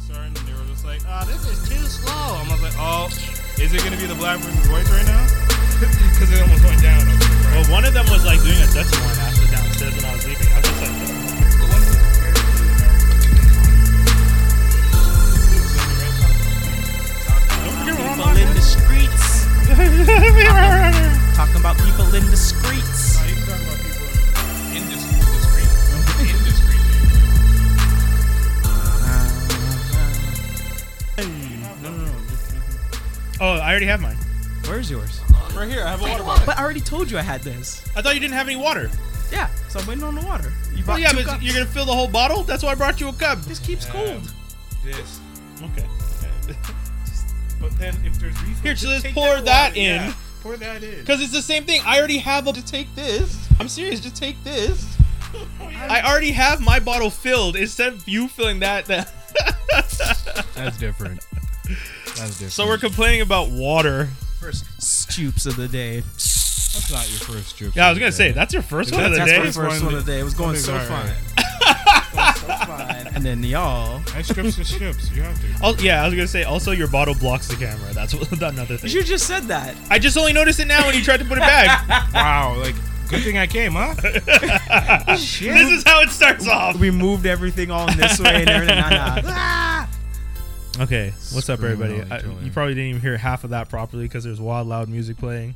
starting, and they were just like, "Ah, this is too slow." And I was like, "Oh, is it gonna be the black versus white right now?" Because it almost went down. I was like, Well, one of them was like doing a Dutch line after downstairs when I was leaving. I was just like, The one who's prepared to do don't forget we're People on in the podcast. streets. that. Talking about people in the streets. Oh, you can talk about people in this industry. Industry. No, no, no. Oh, I already have mine. Where's yours? Right here, I have a water bottle. But I already told you I had this. I thought you didn't have any water. Yeah, so I'm waiting on the water. You Well, brought yeah, two but cups. you're gonna fill the whole bottle. That's why I brought you a cup. This keeps cold. This. Okay. But then if there's refills, Here, so just let's take pour that water, in. yeah. Pour that in. Because it's the same thing. I already have a. Just take this. I'm serious. Just take this. I already have my bottle filled. Instead of you filling that, that. That's different. That's different. so we're complaining about water. First stoops of the day. That's not your first trip. Yeah, I was gonna say that's your first one of the That's day. my first one of the day. It was going Something's so all fine. right. Going so fine. And then y'all. I strips to strips. You have to. Al- yeah, I was gonna say. Also, your bottle blocks the camera. That's what, another thing. You just said that. I just only noticed it now when you tried to put it back. Wow. Like, good thing I came, huh? Shit. this is how it starts off. We moved everything all in this way and everything. Nah, nah. Okay, what's up, Screaming everybody? at each I- other. you probably didn't even hear half of that properly because there's wild, loud music playing.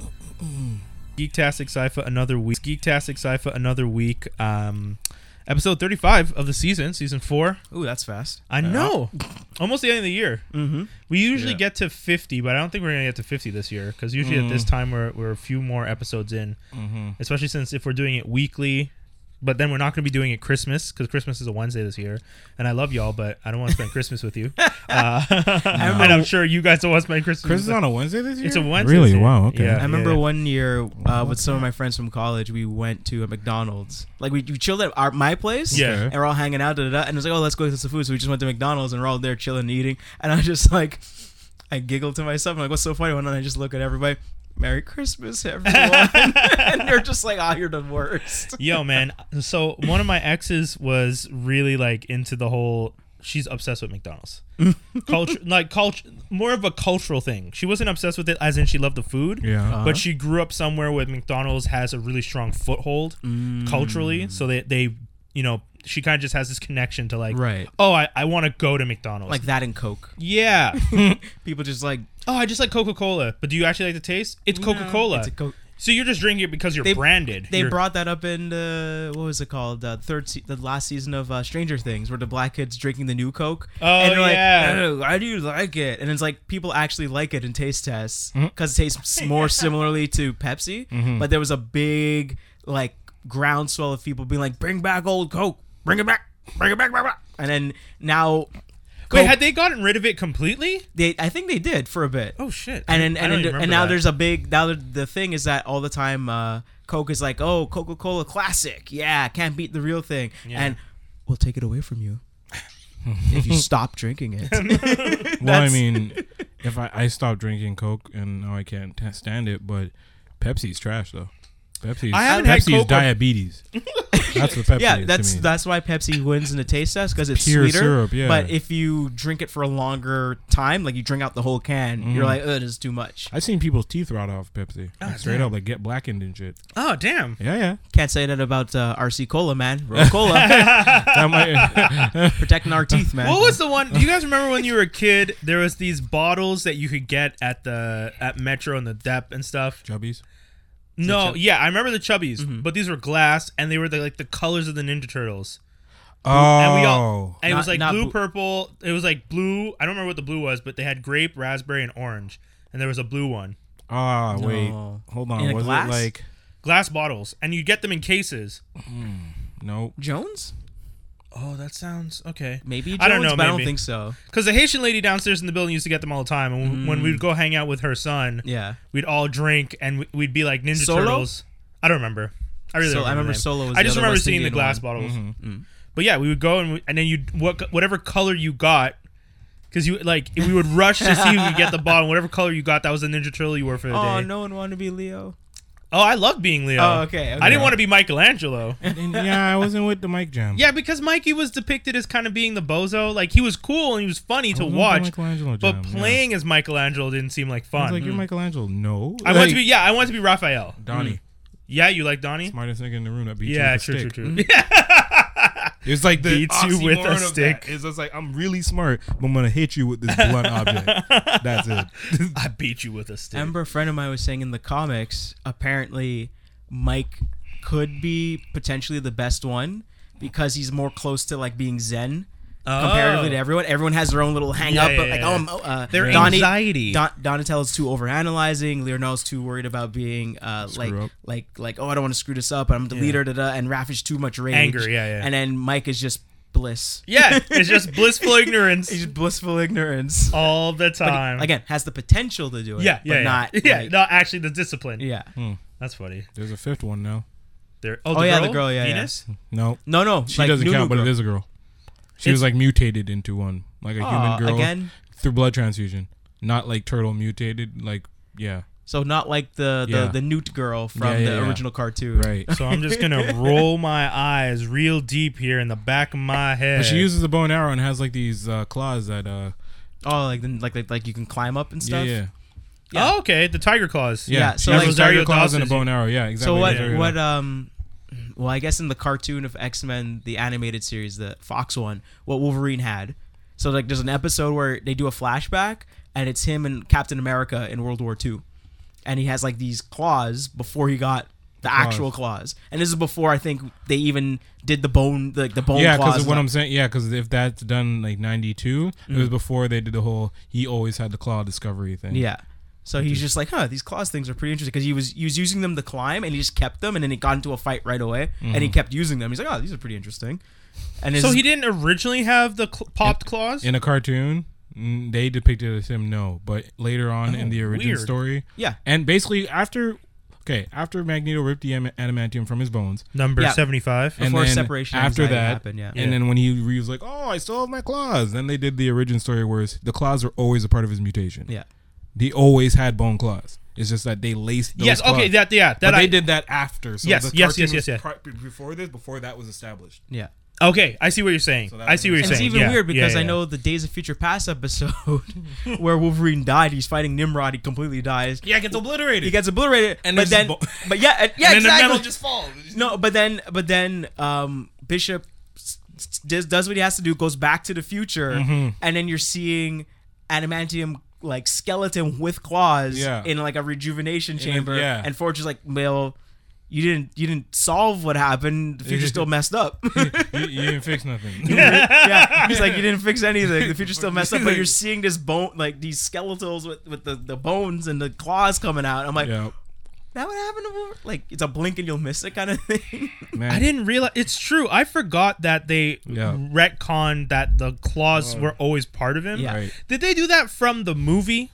Geektastic Cypher, another week. Geektastic Cypher, another week. Um, episode 35 of the season, season four. Ooh, that's fast. I know. Almost the end of the year. Mm-hmm. We usually Yeah. get to 50, but I don't think we're going to get to 50 this year because usually at this time we're, we're a few more episodes in, Mm-hmm. especially since if we're doing it weekly. But then we're not going to be doing it Christmas because Christmas is a Wednesday this year, and I love y'all, but I don't want to spend Christmas with you. Uh, remember- and I'm sure you guys don't want to spend Christmas. Chris is with on a Wednesday this year. It's a Wednesday. Really? this year. Wow, okay. Yeah, I remember yeah, yeah. one year uh, with some of my friends from college, we went to a McDonald's. Like we, we chilled at our, my place, Yeah. and we're all hanging out, da, da, da, and it was like, oh, let's go get some food. So we just went to McDonald's and we're all there chilling and eating. And I just like, I giggled to myself. I'm like, what's so funny? And then I just look at everybody. Merry Christmas, everyone! and they're just like, "Ah, you're the worst." Yo, man. So one of my exes was really like into the whole. She's obsessed with McDonald's. culture, like culture, more of a cultural thing. She wasn't obsessed with it, as in she loved the food. Yeah. Uh-huh. But she grew up somewhere where McDonald's has a really strong foothold Mm. culturally. So they, they, you know, she kind of just has this connection to like, Right. oh, I, I want to go to McDonald's. Like that and Coke. yeah. People just like oh, I just like Coca Cola. But do you actually like the taste? It's Coca Cola. it's a Coke. so you're just drinking it because you're They- branded. They You're- brought that up in uh, what was it called? Uh, third, se- the last season of uh, Stranger Things, where the black kids drinking the new Coke. Oh, and they're yeah. Like, "Oh, why do you like it? And it's like people actually like it in taste tests Mm-hmm. because it tastes more similarly to Pepsi. But there was a big like groundswell of people being like, "Bring back old Coke, bring it back, bring it back, blah, blah." and then now. Wait, Coke- had they gotten rid of it completely? they, I think they did for a bit. Oh shit! and I- and I don't and, even and remember now that. there's a big now the, the thing is that all the time uh, Coke is like oh Coca Cola classic yeah can't beat the real thing and we'll take it away from you if you stop drinking it Well, I That's- mean, if I, I stopped drinking Coke and now I can't t- stand it, but Pepsi's trash though. Pepsi's I haven't had Pepsi's Coke or- diabetes. that's what Pepsi is yeah to that's me. that's why Pepsi wins in the taste test because it's Pure sweeter syrup, yeah. but if you drink it for a longer time like you drink out the whole can Mm-hmm. you're like oh this is too much I've seen people's teeth rot off Pepsi. Like, Ah, straight damn. up, like get blackened and shit. oh damn. Yeah, yeah. can't say that about uh, RC Cola man Roll Cola That might- protecting our teeth man What was the one? Do you guys remember when you were a kid? There was these bottles that you could get at the at Metro and the Dep and stuff. Chubbies. No, yeah, I remember the Chubbies, Mm-hmm. but these were glass, and they were the, like the colors of the Ninja Turtles. Oh, And we all and it Not- was like not blue, blue- purple. It was like blue. I don't remember what the blue was, but they had grape, raspberry, and orange, and there was a blue one. ah, wait, No. hold on. In a was glass? it like Glass bottles, and you get them in cases. no? Jones Oh, that sounds okay. maybe Jones I don't know, but I don't maybe. think so Because the Haitian lady downstairs in the building used to get them all the time, and when we'd go hang out with her son, Mm. yeah. we'd all drink and we- we'd be like Ninja Solo? Turtles. I don't remember. I really So- don't remember. I remember the name. Solo was I the just other remember West seeing the Indian Mm-hmm. Mm. glass bottles. But yeah, we would go and we, and then you what whatever color you got. Because you like we would rush to see who could get the bottle. Whatever color you got, that was the Ninja Turtle you were for the Oh, day. no one wanted to be Leo. Oh, I love being Leo. Oh, okay, I okay. didn't want to be Michelangelo. And yeah, I wasn't with the mic jam. yeah, because Mikey was depicted as kind of being the bozo. Like he was cool and he was funny to Oh, wasn't the watch, Michelangelo but jam, yeah. playing as Michelangelo didn't seem like I was fun. like, you're Michelangelo. No, I want to be yeah, I want to be Raphael. Donnie, Yeah, you like Donnie? smartest nigga in the room that beats you Yeah, with a true, true, stick. true, It's like the Beats you with a oxymoron of stick. That is it's like I'm really smart, but I'm gonna hit you with this blunt object. That's it. I beat you with a stick. Ember, a friend of mine, was saying in the comics, apparently Mike could be potentially the best one because he's more close to like being Zen comparatively Oh. to everyone. Everyone has their own little hang Yeah, up, yeah, but like, yeah. oh, I'm, oh, uh, Their Donnie- anxiety. Don, Donatello's too overanalyzing. Leonardo's too worried about being uh, like, up. like, like, oh, I don't want to screw this up. I'm the leader, da da, and Raph is too much rage, Anger, yeah, yeah. And then Mike is just bliss. yeah, it's just blissful ignorance he's just blissful ignorance. all the But he- time. again, has the potential to do it. yeah, but yeah, yeah. not. yeah. like- no, actually, the discipline. yeah. That's funny. There's a fifth one now. There. Oh, Oh, the yeah, girl? the girl, yeah, yeah. Venus. No, No, no. she doesn't count, but it is a girl. She was It's- like mutated into one, like a human girl Ah, Again, through blood transfusion, not like turtle mutated. Like yeah, so not like the the, Yeah. the Newt girl from Yeah, yeah, the yeah. original cartoon. right. So I'm just gonna roll my eyes real deep here in the back of my head. But she uses a bow and arrow and has like these uh, claws that uh Oh, like then like, like like you can climb up and yeah stuff. yeah Yeah. Oh, okay. The tiger claws. yeah. Yeah, she so, has like- those tiger Rosario claws and a Dawson's- bow and arrow. Yeah, exactly. So what Rosario what Dawson. um well, I guess in the cartoon of X-Men, the animated series, the Fox one, what Wolverine had. So like there's an episode where they do a flashback and it's him and Captain America in World War II. And he has like these claws before he got the actual claws. And this is before I think they even did the bone like the bone yeah, claws. Mm. because what and I'm saying, yeah, because if that's done like '92, it was before they did the whole he always had the claw discovery thing. Yeah. So he's just like, huh, these claws things are pretty interesting because he was he was using them to climb and he just kept them and then he got into a fight right away and Mm-hmm. he kept using them. He's like, oh, these are pretty interesting. And his, So he didn't originally have the cl- popped claws. in a cartoon mm, they depicted it as him no but later on in the origin weird. story Oh, Yeah. and basically after okay after magneto ripped the am- adamantium from his bones Number Yeah. seventy-five. and Before then separation after anxiety that happened, yeah. and Yeah. then when he re- was like oh i still have my claws then they did the origin story where it's- the claws were always a part of his mutation yeah. he always had bone claws it's just that they laced those yes. Okay. claws. That. Yeah. That but I they did that after so Yes, the yes, cartoon yes, yes, was yes. pri- before this before that was established Yeah. Okay. I see what you're saying. So that I see what you're makes And it's saying. even Yeah, weird yeah, because yeah, I know the Days of Future Past episode where Wolverine died. He's fighting Nimrod. He completely dies. yeah it gets obliterated He gets obliterated. And but there's then, bo- but yeah, and- yeah, and then exactly. the metal just falls no, but then, but then, um, Bishop s- s- does, does what he has to do, goes back to the future, Mm-hmm. and then you're seeing adamantium like skeleton with claws Yeah. in like a rejuvenation chamber, yeah. and Forge is like, well, you didn't, you didn't solve what happened. The future's still messed up. you, you didn't fix nothing yeah, he's like, you didn't fix anything. The future's still messed up, but you're seeing this bone, like these skeletals with, with the, the bones and the claws coming out. I'm like, yeah that would happen to Wolverine? Like, it's a blink and you'll miss it kind of thing. man I didn't realize it's true. I forgot that they Yeah. Oh. retconned that the claws were always part of him. Yeah. Right. Did they do that from the movie?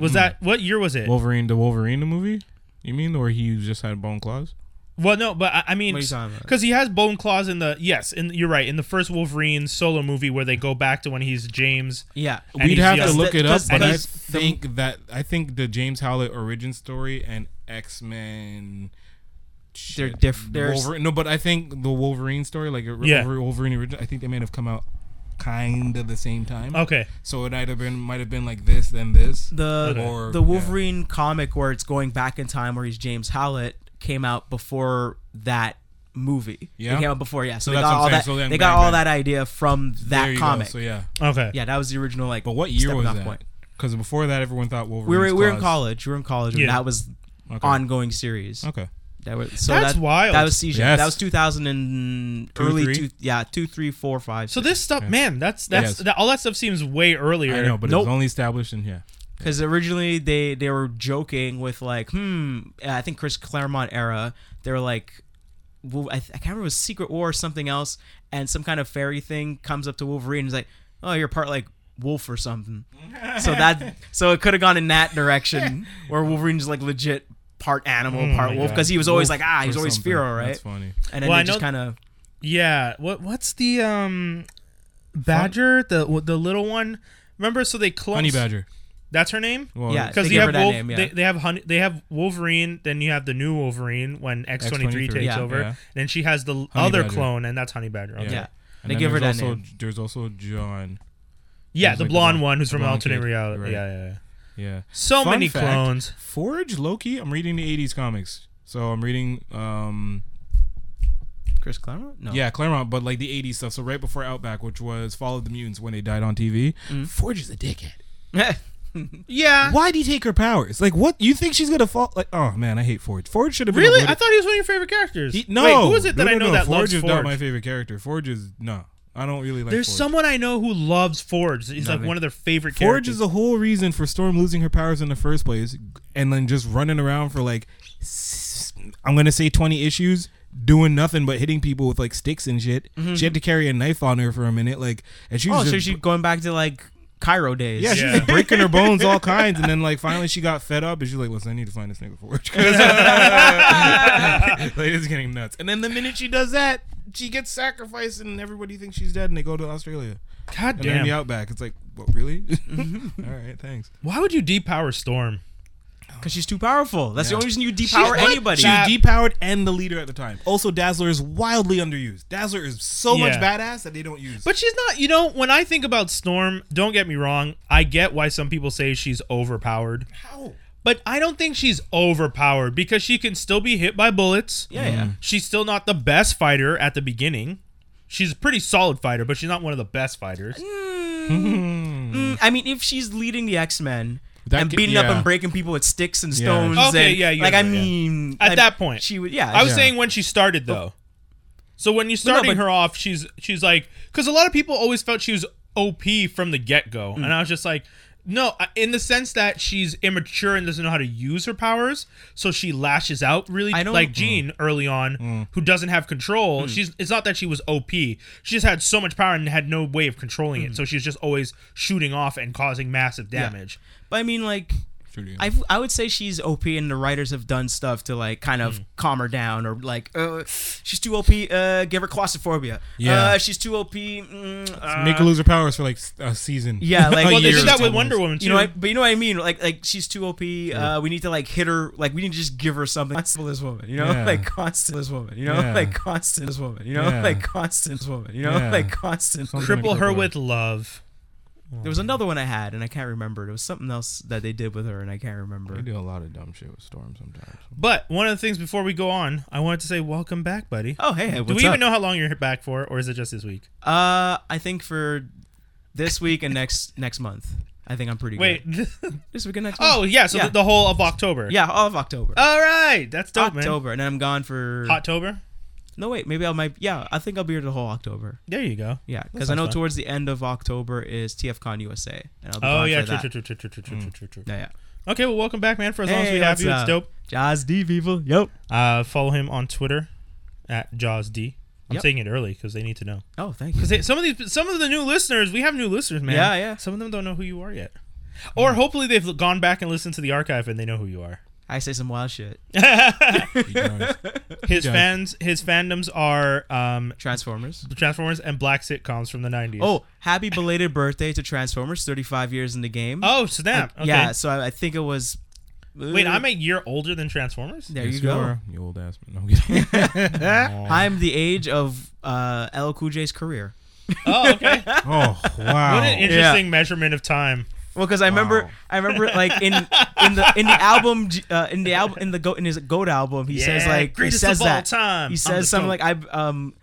Was Hmm. that what year was it? Well, Wolverine, the Wolverine, the movie. You mean or he just had bone claws? no, but I, I mean, What are you talking about? because he has bone claws in the yes, and you're right in the first Wolverine solo movie where they go back to when he's James. yeah. And We'd he's have to young. look it up, Because- but I because the- think that I think the James Howlett origin story and X Men. They're diff- they're- Wolverine, no, but I think the Wolverine story, like Yeah. yeah. Wolverine origin, I think they might have come out kind of the same time. Okay, So it might have been might have been like this, then this. The Or- the Wolverine comic where it's going back in time where he's James Howlett came out before that movie. Yeah? It came out before, yeah. So, So they that's got what I'm all saying. that So then they got bang, all bang. that idea from There that you go. comic. So yeah, okay, Yeah, that was the original like but what year stepping was off that? point. Because before that, everyone thought Wolverine. We were, we were in college. We were in college when Yeah. that was Okay. ongoing series. Okay. That was so That's that, wild. That was season. Yes. That was 2000 and Two, early three? two. Yeah, two, three, four, five. So this stuff, man, that's that's Yes. that, all that stuff seems way earlier. I know, but it Nope. was only established in here. because originally they they were joking with like, hmm. I think Chris Claremont era. They were like, Wol- I, th- I can't remember it was Secret War or something else, and some kind of fairy thing comes up to Wolverine and is like, oh, you're part like wolf or something. so that so it could have gone in that direction where Wolverine's like legit part animal, part my wolf, God. because he was always Wolf like ah, he or was always something. Fero, right? That's funny. And then Well, I they just know- kind of Yeah. What what's the um badger the the little one? Remember? So they clone Honey Badger. That's her name. Well, Yeah. Because They you gave have her that Wolf- name, yeah. they, they have honey, they have Wolverine, then you have the new Wolverine when X twenty three X-23, takes yeah. over, Yeah. and then she has the other Badger. clone, and that's Honey Badger. Okay. Yeah. Yeah, And They then give her there's that also, name. There's also John. He's the like the blonde blonde- one who's the from blonde alternate kid, reality. right. Yeah, yeah, yeah. Yeah. So Fun many fact, clones. Forge Loki. I'm reading the '80s comics, so I'm reading. um Chris Claremont? No. Yeah, Claremont, but like the '80s stuff. So right before Outback, which was Follow the Mutants when they died on TV. Forge is a dickhead. Yeah. Yeah. Why'd he take her powers? Like, what? You think she's gonna fall? Like, oh man, I hate Forge. Forge should have been Really? avoided- I thought he was one of your favorite characters. He- no, Wait, who is it that No, I no, know no. that Forge loves is Forge? not my favorite character. Forge is no, I don't really like. There's Forge. someone I know who loves Forge. He's No, like man. one of their favorite Forge characters. is the whole reason for Storm losing her powers in the first place, and then just running around for like, s- I'm gonna say 20 issues, doing nothing but hitting people with like sticks and shit. She had to carry a knife on her for a minute, like, and she Oh, was so just- she's going back to like Cairo days. yeah, she was Yeah. like breaking her bones all kinds, and then like finally she got fed up, and she's like, "Listen, I need to find this nigga Forge." 'cause- like it's getting nuts. And then the minute she does that, she gets sacrificed, and everybody thinks she's dead, and they go to Australia. God And then the damn. outback, it's like, what, really? all right, thanks. Why would you depower Storm? because she's too powerful. That's the Yeah. only reason you depower what? anybody. She was depowered and the leader at the time. Also, Dazzler is wildly underused. Dazzler is so much Yeah. badass that they don't use. But she's not, you know, when I think about Storm, don't get me wrong, I get why some people say she's overpowered. how? But I don't think she's overpowered because she can still be hit by bullets. Mm. yeah, yeah. She's still not the best fighter at the beginning. She's a pretty solid fighter, but she's not one of the best fighters. Mm, I mean, if she's leading the X Men That and could- beating up yeah. and breaking people with sticks and Yeah. stones, Okay, and, yeah, you're like I right, yeah. mean, At I- that point. she would, yeah, I was Yeah. saying when she started though. So when you're no, starting but- her off, she's she's like because a lot of people always felt she was OP from the get go, Mm. and I was just like, no, I- in the sense that she's immature and doesn't know how to use her powers, so she lashes out really I don't- Mm. like Jean early on, who doesn't have control. She's it's not that she was OP; she just had so much power and had no way of controlling Mm. it, so she's just always shooting off and causing massive damage. but I mean, like. I, I would say she's OP and the writers have done stuff to like kind Hmm. of calm her down or like uh, she's too OP uh, give her claustrophobia Yeah. uh, she's too OP mm, uh, Make her lose her powers for like s- a season. Yeah, like- A Well, they year did that with almost. Wonder Woman too. you know what, but you know what I mean like like she's too OP uh, we need to like hit her like we need to just give her something constant this woman you know Yeah. like constant this woman you know Yeah. like constant this woman you know Yeah. like constant this woman you know Yeah. like constant Something Cripple her cripple with love. there was another one I had and I can't remember there was something else that they did with her and I can't remember They do a lot of dumb shit with Storm sometimes. But one of the things before we go on, I wanted to say welcome back, buddy. oh hey hey, what's Do we up? even know how long you're back for, or is it just this week? Uh, I think for this week and next next month. I think I'm pretty Wait. good. This week and next month. oh yeah, so Yeah. The, the whole of October. yeah, all of October. All right, that's dope, man. October, and then I'm gone for. October. No wait, maybe I might. Yeah, I think I'll be here the whole October. There you go. Yeah, because sounds I know fun. towards the end of October is TFCon USA, and I'll be Oh gone yeah, for true, that. Mm. true, true, true, true, true, true, true, true. Yeah, yeah. Okay, well, welcome back, man. For as long as Hey, we have what's you, it's up? dope. Jazz D people. Yep. Uh, follow him on Twitter at Jaws D. I'm Yep. saying it early because they need to know. Oh, thank you. Because some of these, some of the new listeners, we have new listeners, man. Yeah, yeah. Mm. Some of them don't know who you are yet, or hopefully they've gone back and listened to the archive and they know who you are. I say some wild shit. His Yeah. fans, his fandoms are um, Transformers. Transformers and black sitcoms from the 90s. Oh, happy belated birthday to Transformers. 35 years in the game. oh, snap. Okay. Yeah. So I, I think it was. uh, Wait, I'm a year older than Transformers? There you go. You old ass man. No, I'm kidding. I'm the age of uh, LL Cool J's career. Oh, okay. what oh wow. an interesting measurement of time. Well, because I remember, Wow. I remember like in in the in the album, uh, in the album, in the go in his goat album, he says Yeah, like he greatest says of all that time. I'm he the says something GOAT. like I've um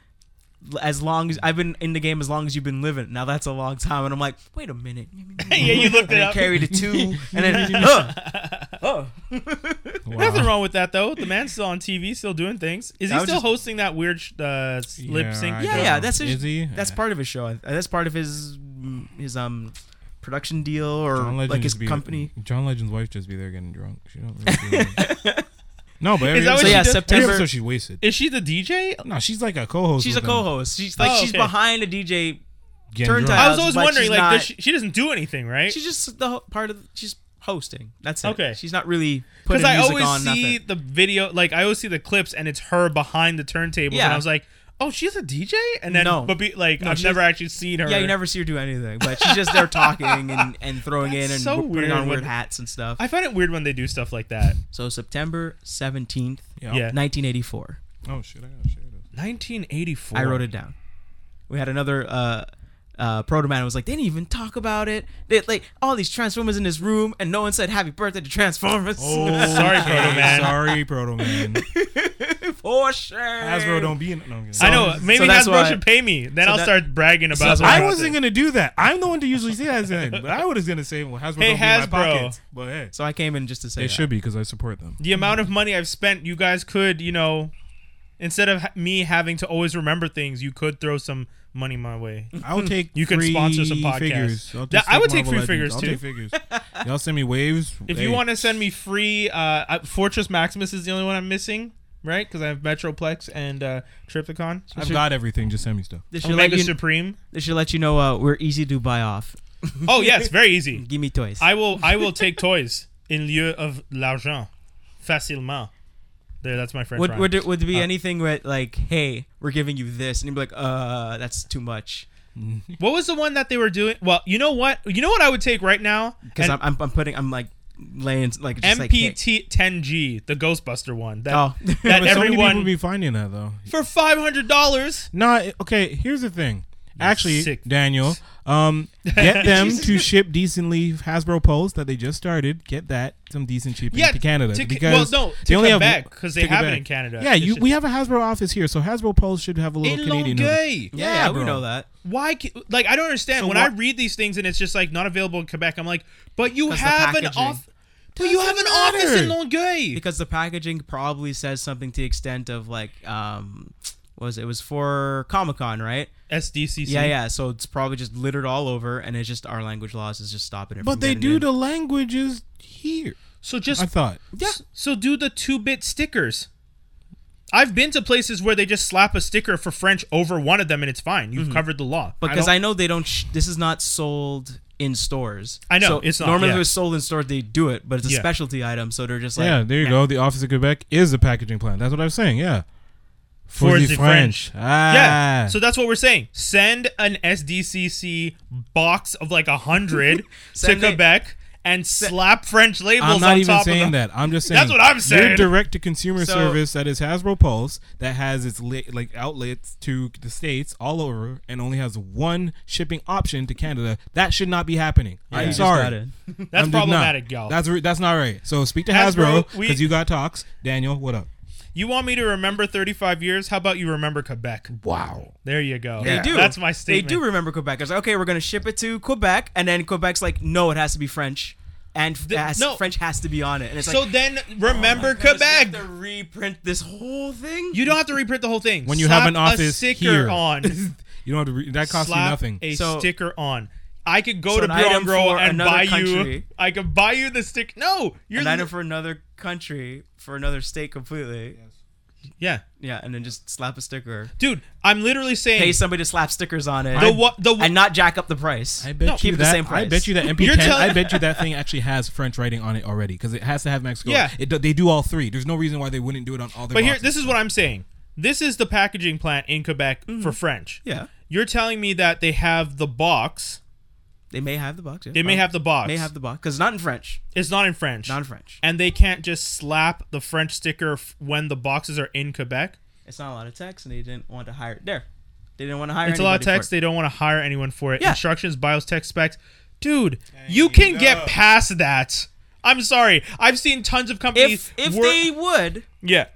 as long as I've been in the game as long as you've been living. Now that's a long time, and I'm like, wait a minute. yeah, you looked it And up. Oh. carried a two, and then huh, Wow. Nothing wrong with that, though. The man's still on TV, still doing things. Is he I was still just- hosting that weird sh- uh, s- lip sync? I Yeah, don't yeah, know. that's his- Is he? that's Yeah. part of his show. Uh, That's part of his mm, his um production deal or John Legend like his just be- company. John Legend's wife just be there getting drunk. She don't. Really do anything. no, but every, that what So episode, she yeah, does? every September. episode she's wasted. Is she the DJ? no, she's like a co-host. She's a with them co-host. She's like Oh, she's okay. behind a DJ getting drunk. Turntile. I Uh, was always but wondering, she's like, not- does she, she doesn't do anything, right? She's just the ho- part of she's hosting. That's it. Okay. She's not really Because putting I music always on see nothing. the video, like, I always see the clips, and it's her behind the turntables, and Yeah. I was like, oh, she's a DJ, and then No. but be, like I've she's- never actually seen her. Yeah, you never see her do anything, but she's just there talking and, and throwing in and That's so putting weird on when- weird hats and stuff. I find it weird when they do stuff like that. so September 17th, Yeah, 1984. Oh shit! I gotta share this. 1984. I wrote it down. We had another uh uh proto man was like, they didn't even talk about it. They like all these Transformers in this room and no one said happy birthday to Transformers. Sorry, Proto Man. Oh, Sorry, Proto Man. For sure. Hasbro don't be. In, no, I'm kidding. I know. Maybe so that's Hasbro why- should pay me. Then so I'll that- start bragging about. that's my why- I profit. wasn't gonna do that. I'm the one to usually say that, thing, but I was gonna say, well, Hasbro Hey, don't be in my Hasbro. pockets. But hey, So I came in just to say they that. should be because I support them. the amount of money I've spent, you guys could, you know, instead of ha- me having to always remember things, you could throw some money my way. I'll take. You can free sponsor some podcasts. Figures. I'll That- just I would take Marvel free figures, Legends. I'll too. Take figures. Y'all send me waves. If hey. you want to send me free, uh, uh, Fortress Maximus is the only one I'm missing, right? Because I have Metroplex and uh, Tripticon. I've got everything. Just send me stuff. They should, let Omega you, Supreme. they should let you know uh, we're easy to buy off. Oh yes, very easy. Give me toys. I will. I will take toys in lieu of l'argent, facilement. There, that's Uh, my French would, rhyme. would, it- would there be anything where like, hey, we're giving you this, and you'd be like, uh, that's too much, what was the one that they were doing? Well, you know what? You know what I would take right now because I'm, I'm I'm putting I'm like laying like just like, hey. MPT 10G, the Ghostbuster one. That, Oh. that But so many people everyone be finding that though. for five hundred dollars. No, it- okay. Here's the thing. Actually, sick. Daniel, um, get them to ship decently Hasbro Pulse that they just started. Get that some decent shipping Yeah, to Canada to- because well, no, to they only have Quebec, 'cause they to have it Quebec. in Canada. Yeah, It's you, just- we have a Hasbro office here, so Hasbro Pulse should have a little Canadian. notice. Yeah, Yeah, we bro. know that. Why? ca- Like, I don't understand. So when why- I read these things and it's just like not available in Quebec, I'm like, but you 'Cause the have an packaging. off. But you have an Doesn't office in matter. Longueuil. because the packaging probably says something to the extent of like um what was it? it was for Comic Con, right? SDCC. Yeah, yeah. So it's probably just littered all over, and it's just our language laws is just stopping it. But from they getting do in. the languages here. So just I thought. yeah. So do the two bit stickers. I've been to places where they just slap a sticker for French over one of them and it's fine. You've covered the law. because don't- I, know they don't. Sh- this is not sold in stores. I know, So it's not, normally yeah. if it's sold in stores. They do it, but it's a Yeah. specialty item, so they're just like yeah, there you go. The office of Quebec is a packaging plant. That's what I was saying. Yeah, for, the, French. Ah. Yeah. So that's what we're saying. Send an SDCC box of like a hundred to Send it- Quebec and slap French labels I'm not on even top saying of them. that. I'm just saying That's what I'm saying. Your direct to consumer So- service that is Hasbro Pulse that has its li- like outlets to the states all over and only has one shipping option to Canada. That should not be happening. I'm just got sorry. it. That's I'm just not. problematic, y'all. That's re- that's not right. So speak to Hasbro, Hasbro we- because you got talks. Daniel, what up? you want me to remember 35 years? How about you remember Quebec? Wow. There you go. They do. That's my They do statement. remember Quebec. I was like, okay, we're gonna ship it to Quebec, and then Quebec's like, no, it has to be French, and f- The- has- no. French has to be on it. And it's So like, oh, then remember Just have Quebec. to reprint this whole thing. You don't have to reprint the whole thing. When you Slap have an a office sticker here. on. You don't have to. Re- that costs slap you nothing. A So- sticker on. I could go So to an item Beyond Grow for and another buy you. country. I could buy you the stick. No, you're an item for another country for another state completely. yeah, Yeah, and then just slap a sticker. dude. I'm literally saying Pay somebody to slap stickers on it. the what the and not jack up the price. I bet No, you keep it the that, same I price. bet you that You're MP10. telling- I bet you that thing actually has French writing on it already because it has to have Mexico. Yeah. It, do- they do all three. There's no reason why they wouldn't do it on all their. But here, boxes. this is what I'm saying. This is the packaging plant in Quebec for French. Mm-hmm. Yeah. You're telling me that they have the box. they may have the box. Yeah. They may have the box. may have the box because not in French. it's not in French. Not in French. and they can't just slap the French sticker f- when the boxes are in Quebec. It's not a lot of text, and they didn't want to hire. There, they didn't want to hire. It's a lot of anybody for text. They don't want to hire anyone for it. Yeah. Instructions, bios, text specs. Dude, you can get past that. I'm sorry. I've seen tons of it. companies. If if wor- they would, yeah,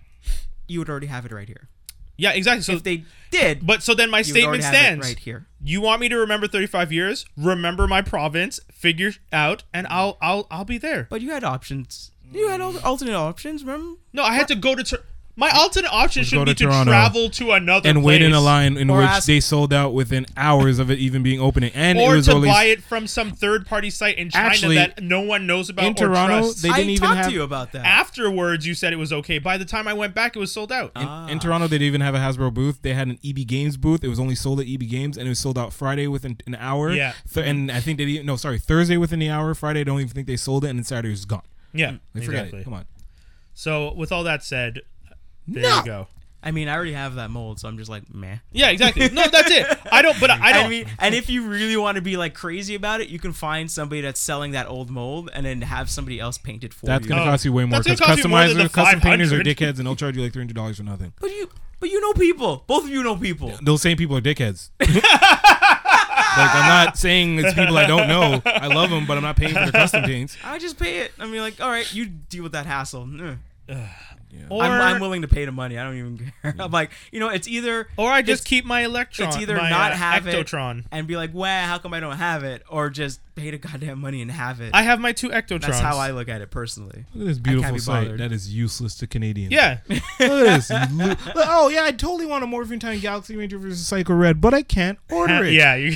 you would already have it right here. yeah, exactly. So If they did, But so then my you would already statement have it stands. right here. You want me to remember 35 years? Remember my province, figure out and I'll I'll I'll be there. but you had options. You had al- alternate options. Remember? No, I had to go to Tur- my alternate option go should be to to Toronto travel to another and wait in a place. line in Or which ask- they sold out within hours of it even being opening, and it Or was to only buy it from some third party site in China Actually, that no one knows about in or Toronto, trusts. They didn't I even talked have- to you about that. Afterwards, you said it was okay. By the time I went back, it was sold out. Uh, In Toronto, they didn't even have a Hasbro booth. They had an EB Games booth. It was only sold at EB Games, and it was sold out Friday within an hour. Yeah. Th- and I think they didn't, no, sorry, Thursday within the hour. Friday, I don't even think they sold it, and then Saturday was gone. mm, yeah, Like, forget exactly. it. Come on. So, with all that said, there you go. I mean, I already have that mold, so I'm just like, meh. Yeah, exactly. No, that's it. I don't. But I don't. I mean, and if you really want to be like crazy about it, you can find somebody that's selling that old mold and then have somebody else paint it for That's you. gonna Oh, cost you way more that's gonna because cost you more than the customizers, custom painters are 500. dickheads, and they'll charge you like three hundred dollars for nothing. but you, but you know people. Both of you know people. Those same people are dickheads. like I'm not saying it's people I don't know. I love them, but I'm not paying for their custom paints. I just pay it. I mean, like, all right, you deal with that hassle. Eh. or, I'm, I'm willing to pay the money. I don't even care. I'm like, you know, it's either or I just it's- keep my electron. it's either my, not uh, have ectotron. it and be like, wow, how come I don't have it, or just pay the goddamn money and have it. I have my two ectotrons. That's how I look at it personally. Look at this be beautiful site bothered. that is useless to Canadians. Yeah. Uh, Look at this. Lo- oh yeah, I totally want a Morphin Time Galaxy Ranger versus Psycho Red, but I can't order it. yeah. You.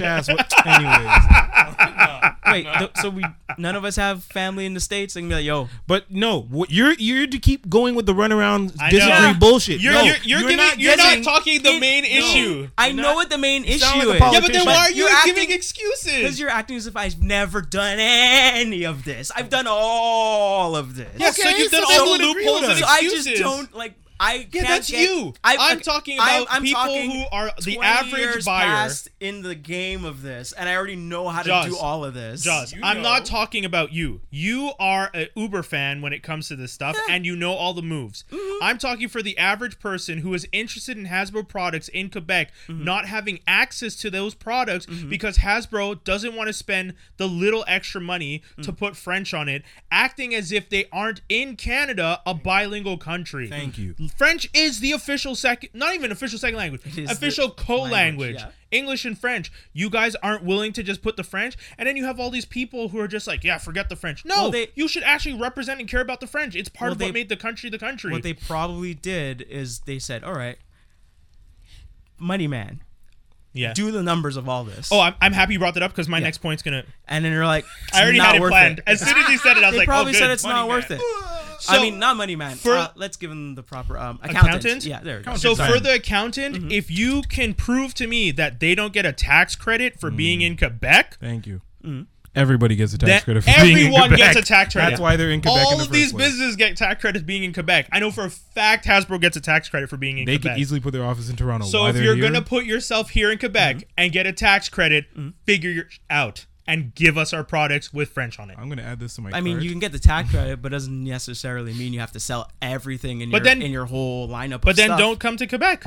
ass. What? Anyways, Wait, th- so we none of us have family in the states and be like, yo, but no, what, you're you're to keep going with the runaround I disagree know. bullshit. You're, no, you're, you're, giving, not you're getting- not talking the It- main no. issue. I know what the main issue sound like a is. Yeah, Yeah, but but then politician. why are But you you're acting- giving Because excuses? you're acting as if I've never done any of this. I've done all of this. Yeah, so Okay, you've done so all then the we'll agree loopholes with and it. so excuses. I just don't like. I Yeah, can't that's get- you. I, I, am okay, talking I'm- about I'm people talking who are the 20 average years buyer. past in the game of this, and I already know how to Jaws. do all of this. Jaws, You I'm know. not talking about you. You are an Uber fan when it comes to this stuff, and you know all the moves. I'm talking for the average person who is interested in Hasbro products in Quebec, not having access to those products because Hasbro doesn't want to spend the little extra money to put French on it, acting as if they aren't in Canada, a bilingual country. Thank you. French is the official second, not even official second language, is official the co-language. language, yeah. English and French. You guys aren't willing to just put the French, and then you have all these people who are just like, yeah, forget the French. No, Well, they- you should actually represent and care about the French. It's part Well, of what they- made the country the country. What they probably did is they said, "All right, money man, yeah. do the numbers of all this." oh, I'm, I'm happy you brought that up because my next point's gonna. and then you're like, I already "It's not had it worth planned. As soon as you said it, I was They like, probably oh, good. said it's money not man. worth it. I So- mean, not money man. for- uh, let's give them the proper um, accountant. Accountant? Yeah, there. we go. So Sorry. for the accountant, Mm-hmm. if you can prove to me that they don't get a tax credit for Mm. being in Quebec, Thank you. Everybody gets a tax Mm. That credit for being in everyone Quebec. gets a tax credit. That's why they're in Quebec. all in the of these first place. businesses get tax credits being in Quebec. I know for a fact Hasbro gets a tax credit for being in They Quebec. could easily put their office in Toronto. so Why if they're you're here? Mm-hmm. gonna put yourself here in Quebec and get a tax credit, figure your out and give us our products with French on it. I'm gonna add this to my. I mean, card. you can get the tax credit, but doesn't necessarily mean you have to sell everything in But your then- in your whole lineup. But then don't come to Quebec.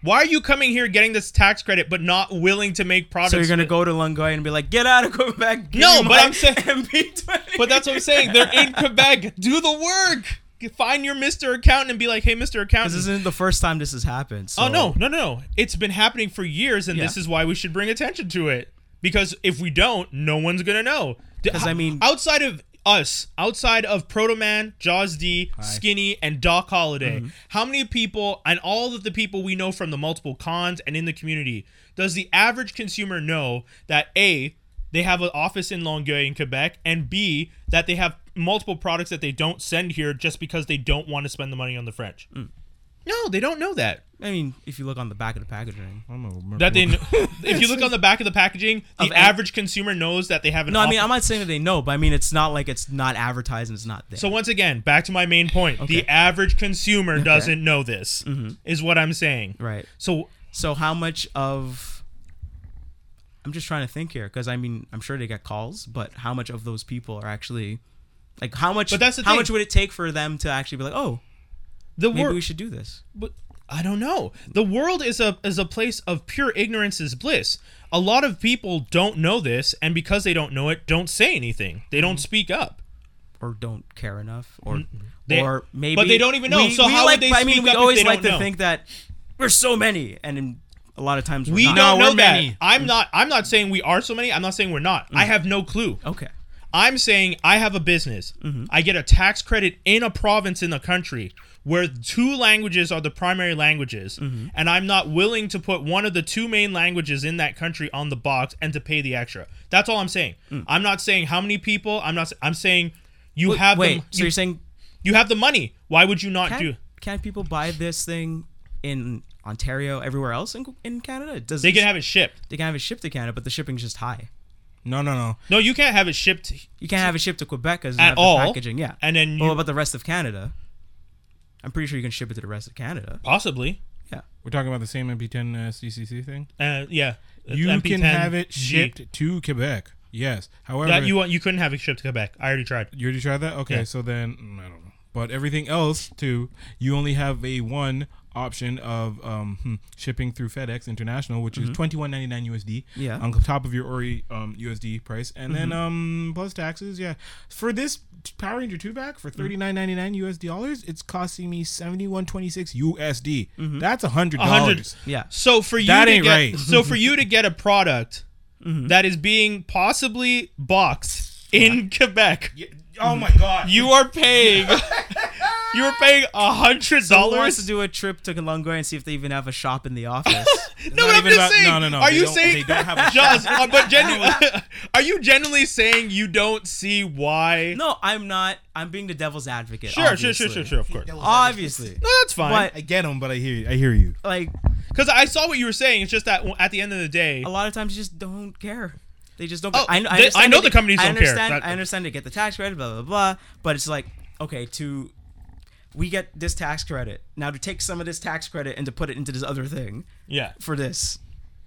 Why are you coming here getting this tax credit but not willing to make products? So you're gonna go to Longoy and be like, "Get out of Quebec." give No, me but my I'm saying- MP20." But that's what I'm saying. They're in Quebec. Do the work. Find your Mr. Accountant and be like, hey, Mr. This Accountant, isn't the first time this has happened. So. Oh no, no, no! It's been happening for years, and Yeah. this is why we should bring attention to it. Because if we don't, no one's gonna know. Because I mean- outside of us, outside of Proto Man, Jaws D, Skinny, and Doc Holiday, Mm-hmm. how many people and all of the people we know from the multiple cons and in the community does the average consumer know that a they have an office in Longueuil in Quebec, and B that they have multiple products that they don't send here just because they don't want to spend the money on the French. Mm. No, they don't know that I mean, if you look on the back of the packaging. I'm a that they. if you look on the back of the packaging, the Of any- average consumer knows that they have an. No, I mean, offer. I'm not saying that they know, but I mean, it's not like it's not advertised and it's not there. So once again, back to my main point: the average consumer doesn't know this. Is what I'm saying. Mm-hmm. right. So So how much of I'm just trying to think here because I mean I'm sure they get calls, but how much of those people are actually like how much? But that's the how thing. much would it take for them to actually be like, oh, the maybe world, we should do this? but I don't know. The world is a is a place of pure ignorance is bliss. A lot of people don't know this, and because they don't know it, don't say anything. They Mm-hmm. don't speak up. Or don't care enough, or Mm-hmm. They- or maybe, but they don't even know, we- so we how would like, they I mean, speak we up if always they like don't to know? think that we're so many, and in, a lot of times we're We not. don't No, know we're that. many. I'm not. I'm not saying we are so many. I'm not saying we're not. Mm-hmm. I have no clue. Okay, I'm saying I have a business. Mm-hmm. I get a tax credit in a province in the country where two languages are the primary languages, Mm-hmm. and I'm not willing to put one of the two main languages in that country on the box and to pay the extra. That's all I'm saying. I'm not saying how many people. I'm not. s- I'm saying you have Mm. the, wait. so you, you're saying you have the money. Why would you not do? can, can people buy this thing in Ontario, everywhere else in, in Canada? Does They can have it shipped. they can have it shipped to Canada, but the shipping's just high. no, no, no. No, you can't have it shipped. You can't have it shipped to Quebec because At all. packaging. Yeah, And then what you- about the rest of Canada? I'm pretty sure you can ship it to the rest of Canada. Possibly. Yeah. We're talking about the same MP10 uh, CCC thing. Uh, yeah. You can have it shipped. shipped to Quebec. Yes. However, That you you, want you couldn't have it shipped to Quebec. I already tried. already tried that. Okay, Yeah. so then mm, I don't know. But everything else too, you only have a one option of um, hmm, shipping through FedEx International, which Mm-hmm. is twenty one ninety nine USD. Yeah. On top of your already um, USD price, and then Mm-hmm. um, plus taxes. Yeah. For this Power Ranger two pack Mm-hmm. for thirty nine ninety nine US dollars, it's costing me seventy one twenty six USD. That's a hundred Mm-hmm. A hundred. dollars. Yeah. So for you That to ain't get, right. Mm-hmm. so for you to get a product that is being possibly boxed in Quebec, Oh my god. you are paying you are paying a hundred Someone wants to dollars. do a trip to Kalungoy and see if they even have a shop in the office. No, but Not I'm even just about- saying. No, no, no. Are they you don't- saying they don't have a Jaws, uh, but genu- are you genuinely saying you don't see why? no, I'm not. I'm being the devil's advocate. sure, obviously. sure, sure, sure, sure. Of course. No, Obviously. that's fine. But I get them, but I hear you. I hear you. like Because I saw what you were saying. It's just that w- at the end of the day, a lot of times you just don't care. They just don't. Oh, I, they- I, understand I know they- the companies I don't care. understand- That- I understand they get the tax credit, blah blah blah. But it's like, okay, to we get this tax credit now to take some of this tax credit and to put it into this other thing yeah. for this.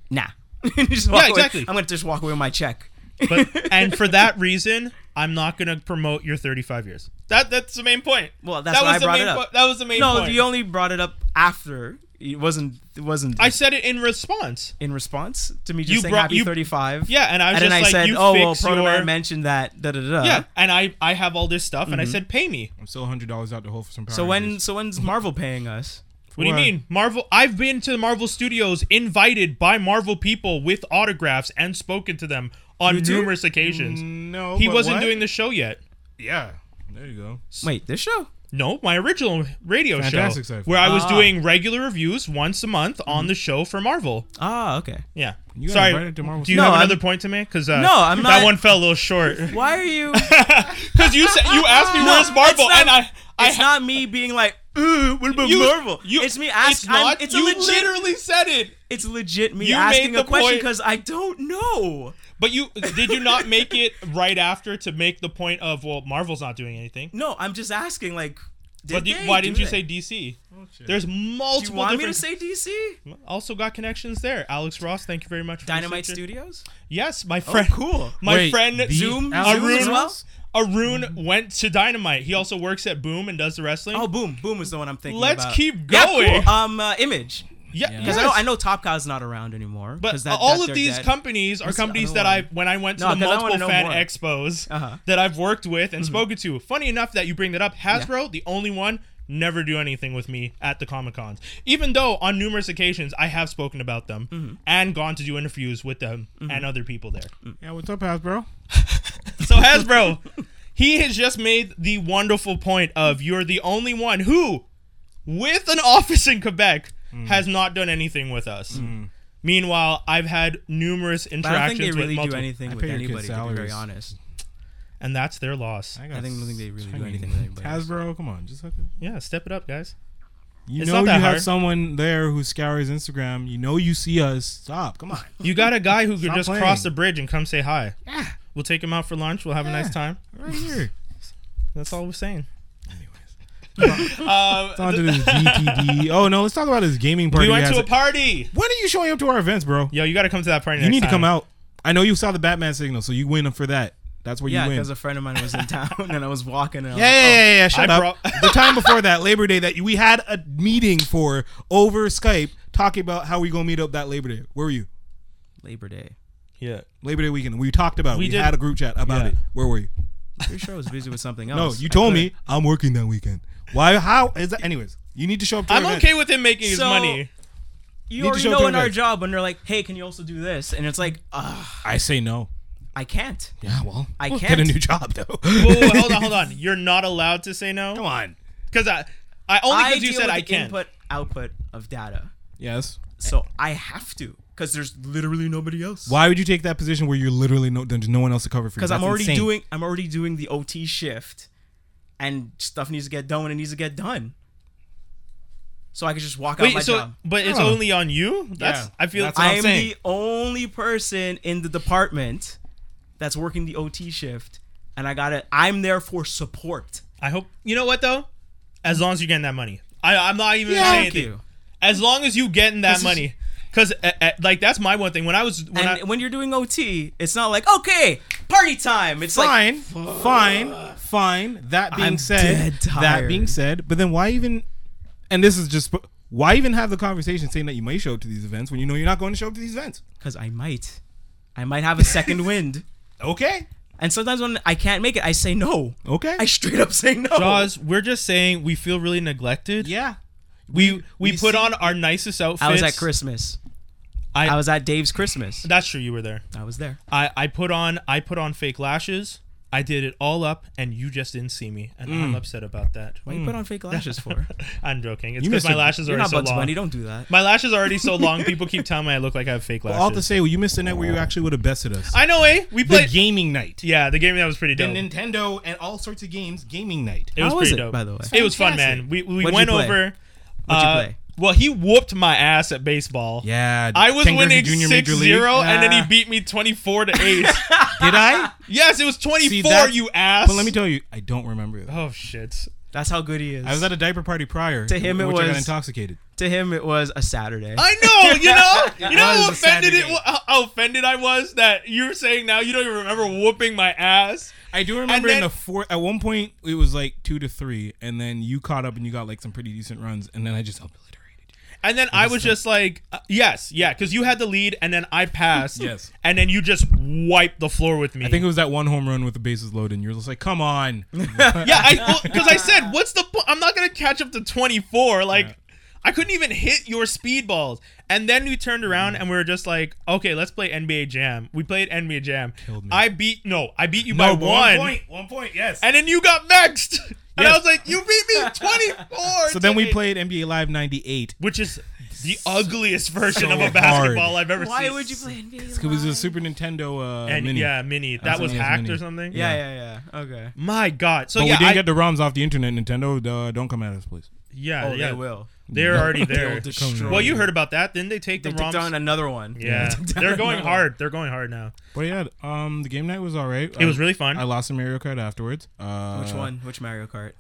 Nah, Just walk away. exactly. I'm gonna just walk away with my check. But and for that reason, I'm not gonna promote your 35 years. That that's the main point. Well, that's that why was I the brought main it up. point- that was the main no, point. you only brought it up after. It wasn't. It wasn't I said it in response. in response to me just You saying brought- happy you- 35. Yeah, and I was and then just I like, said, you oh well, fix Proto Man your mentioned that. Da da da. yeah, and I I have all this stuff, Mm-hmm. and I said, pay me. I'm still hundred dollars out the hole for some power. So when Rangers. so when's Marvel paying us? What do you Why? mean, Marvel? I've been to the Marvel Studios, invited by Marvel people with autographs, and spoken to them on You do? Mm, numerous occasions. no, he but wasn't what? doing the show yet. Yeah, there you go. Wait, this show? No, my original radio Fantastic show Sci-Fi. where I was Ah. Mm-hmm. doing regular reviews once a month on the show for Marvel. Ah, okay. Yeah. You got Sorry. invited to Marvel Do you No, have I'm- another point to make? Because uh, No, I'm That not- one fell a little short. Why are you? Because you said you asked me No, where's Marvel, it's not- and I, I it's not me being like, ooh, what about you, Marvel? You, it's me asking. It's not. It's a you legit. literally said it. it's legit me You made asking the a question point- because I don't know. But you did you not make it right after to make the point of well, Marvel's not doing anything. No, I'm just asking. Like, did But they you, why do didn't you that? say DC? Oh, There's multiple. Do you want me to different, say DC? Also got connections there. Alex Ross, thank you very much. For the Dynamite suggestion. Studios? Oh, Yes, my friend. cool. My Wait, friend the Mm-hmm. Zoom Zoom, Zoom Arun- as well. Arun went to Dynamite. He also works at Boom and does the wrestling. Oh, boom, boom is the one I'm thinking Let's about. keep Yeah, going. cool. Um, uh, Image. yeah, Yeah. because Because I know I know Top Cow's not around anymore. But 'cause that- all that of they're these dead. companies are What's the companies other that I one? when I went to No, the 'cause I wanna multiple know fan more. expos Uh-huh. Mm-hmm. that I've worked with and spoken to. Funny enough that you bring that up, Hasbro, the only one never do anything with me at the comic cons even though on numerous occasions i have spoken about them Mm-hmm. and gone to do interviews with them and other people there Yeah, what's up, Hasbro? so hasbro he has just made the wonderful point of you're the only one who with an office in quebec Mm. has not done anything with us meanwhile i've had numerous But I don't interactions think they with really do multiple anything I with pay your kids anybody. To be very salaries. honest, and that's their loss. got I think- I don't think they really do tiny- anything with anybody else. Hasbro, come on, just hook it. Yeah, step it up, guys. You It's know not you that hard. have someone there who scours Instagram. You know you see us. Stop. Come on. You got a guy who could Stop just playing. cross the bridge and come say hi. Yeah, We'll take him out for lunch. We'll have a nice Yeah. time. right here. That's all we're saying. It's on to this GTD. Oh no, let's talk about his gaming party. we went guys. to a party. when are you showing up to our events, bro? Yo, you got to come to that party. You need to come out. I know you saw the Batman signal, so you win for that. That's where yeah, you win. because a friend of mine was in town and I was walking. And I was Yeah, yeah, like, "Oh, yeah, yeah. Shut I up. brought- the time before that Labor Day that we had a meeting for over Skype talking about how we gonna meet up that Labor Day. Where were you? oh, Labor Day. Yeah. Labor Day weekend. We talked about. it. We We, did- had a group chat about Yeah. it. Where were you? Pretty sure I was busy with something No, else. you I told me couldn't. I'm working that weekend. Why? How is that? Anyways, you need to show up. To our I'm event. okay with him making his So- money. You Need to already show know two in our events. job when they're like, "Hey, can you also do this?" And it's like, Ugh, I say no. I can't. Yeah, well, I get a can't. new job though. Whoa, whoa, whoa, hold on, hold on. You're not allowed to say Come no on. because I, I only I because you deal said with I the can. input output of data, Yes. so I have to because there's literally nobody else. Why would you take that position where you're literally no, there's no one else to cover for you? Because I'm That's already insane. doing I'm already doing the OT shift, and stuff needs to get done when it needs to get done. So I could just walk out Wait, my so job. but it's Huh. only on you. That's Yeah, I feel. that's what I I'm am saying. the only person in the department that's working the OT shift, and I gotta. I'm there for support. I hope you know what though. As long as you're getting that money, I, I'm not even Yeah. saying Thank anything. you. As long as you getting that it's- money, because like that's my one thing. When I was when and I, when you're doing OT, it's not like okay, party time. It's like fine, fine, fine. That being I'm said, dead that tired. being said, but then why even? And this is just why even have the conversation saying that you may show up to these events when you know you're not going to show up to these events? because I might, I might have a second wind. Okay, And sometimes when I can't make it, I say no. okay, I straight up say no. Jaws, we're just saying we feel really neglected. yeah. we we, we put see- on our nicest outfits. I was at Christmas. I- I, was at Dave's Christmas. That's true. You were there. I was there. I I put on I put on fake lashes. I did it all up, and you just didn't see me, and I'm Mm. upset about that. What you put on fake lashes for? I'm joking. It's You because my missed it. lashes are already You're not so Bugs long. Bunny. Don't do that. My lashes are already so long. People keep telling me I look like I have fake lashes. All to say, well, you missed a night where you actually would have bested us. I know, eh? We the played. gaming night, yeah, the game that was pretty the dope. Nintendo and all sorts of games gaming night. it was How was pretty it, dope. by the way? it was fun, Fantastic. man. We we What'd you went play? over. What'd you uh, play? Well, he whooped my ass at baseball. Yeah, I was Ken Griffey winning Jr. 6 Major 0, League. Uh, and then he Ah. beat me 24 to 8. Did I? yes, it was 24, that's- you ass. But let me tell you, I don't remember. That. Oh, shit. That's how good he is. I was at a diaper party prior. To him, it which I got was- intoxicated. to him, it was a Saturday. I know, you know, you know how It was a offended it, Saturday. wa- how- how offended I was that you're saying now you don't even remember whooping my ass. I do remember then- in the fourth. At one point, it was like two to three, and then you caught up and you got like some pretty decent runs, and then I just obliterated. you. And then I was just like, uh, yes, yeah, because you had the lead, and then I passed. Yes. And then you just wiped the floor with me. I think it was that one home run with the bases loaded, and you're just like, "Come on!" yeah, I because I said, what's the point? I'm not gonna catch up to 24. Like, I couldn't even hit your speed balls. And then we turned around Mm. and we were just like, okay, let's play NBA Jam. We played NBA Jam. Killed me. I beat no, I beat you No, by but one, one point, yes. and then you got vexed. And I Yes. was like, you beat me 24. so then we today." played NBA Live '98. which is the ugliest version so of a basketball hard. I've ever seen. Why would you play NBA? It was a Super Nintendo uh, And mini. yeah, mini. That That's was when it was hacked mini. or something. Yeah, yeah, yeah. Okay. My God. So but yeah, we didn't I- get the ROMs off the internet. Nintendo, uh, don't come at us, please. yeah, Oh, yeah. they will. They're already there. They'll destroy. Well, you heard about that. Didn't they take They the took ROMs? down another one. yeah, They took down they're going another hard. They're going hard now. But yeah, um, the game night was all right. It was really fun. I lost a Mario Kart afterwards. Uh, one. Which one? Which Mario Kart?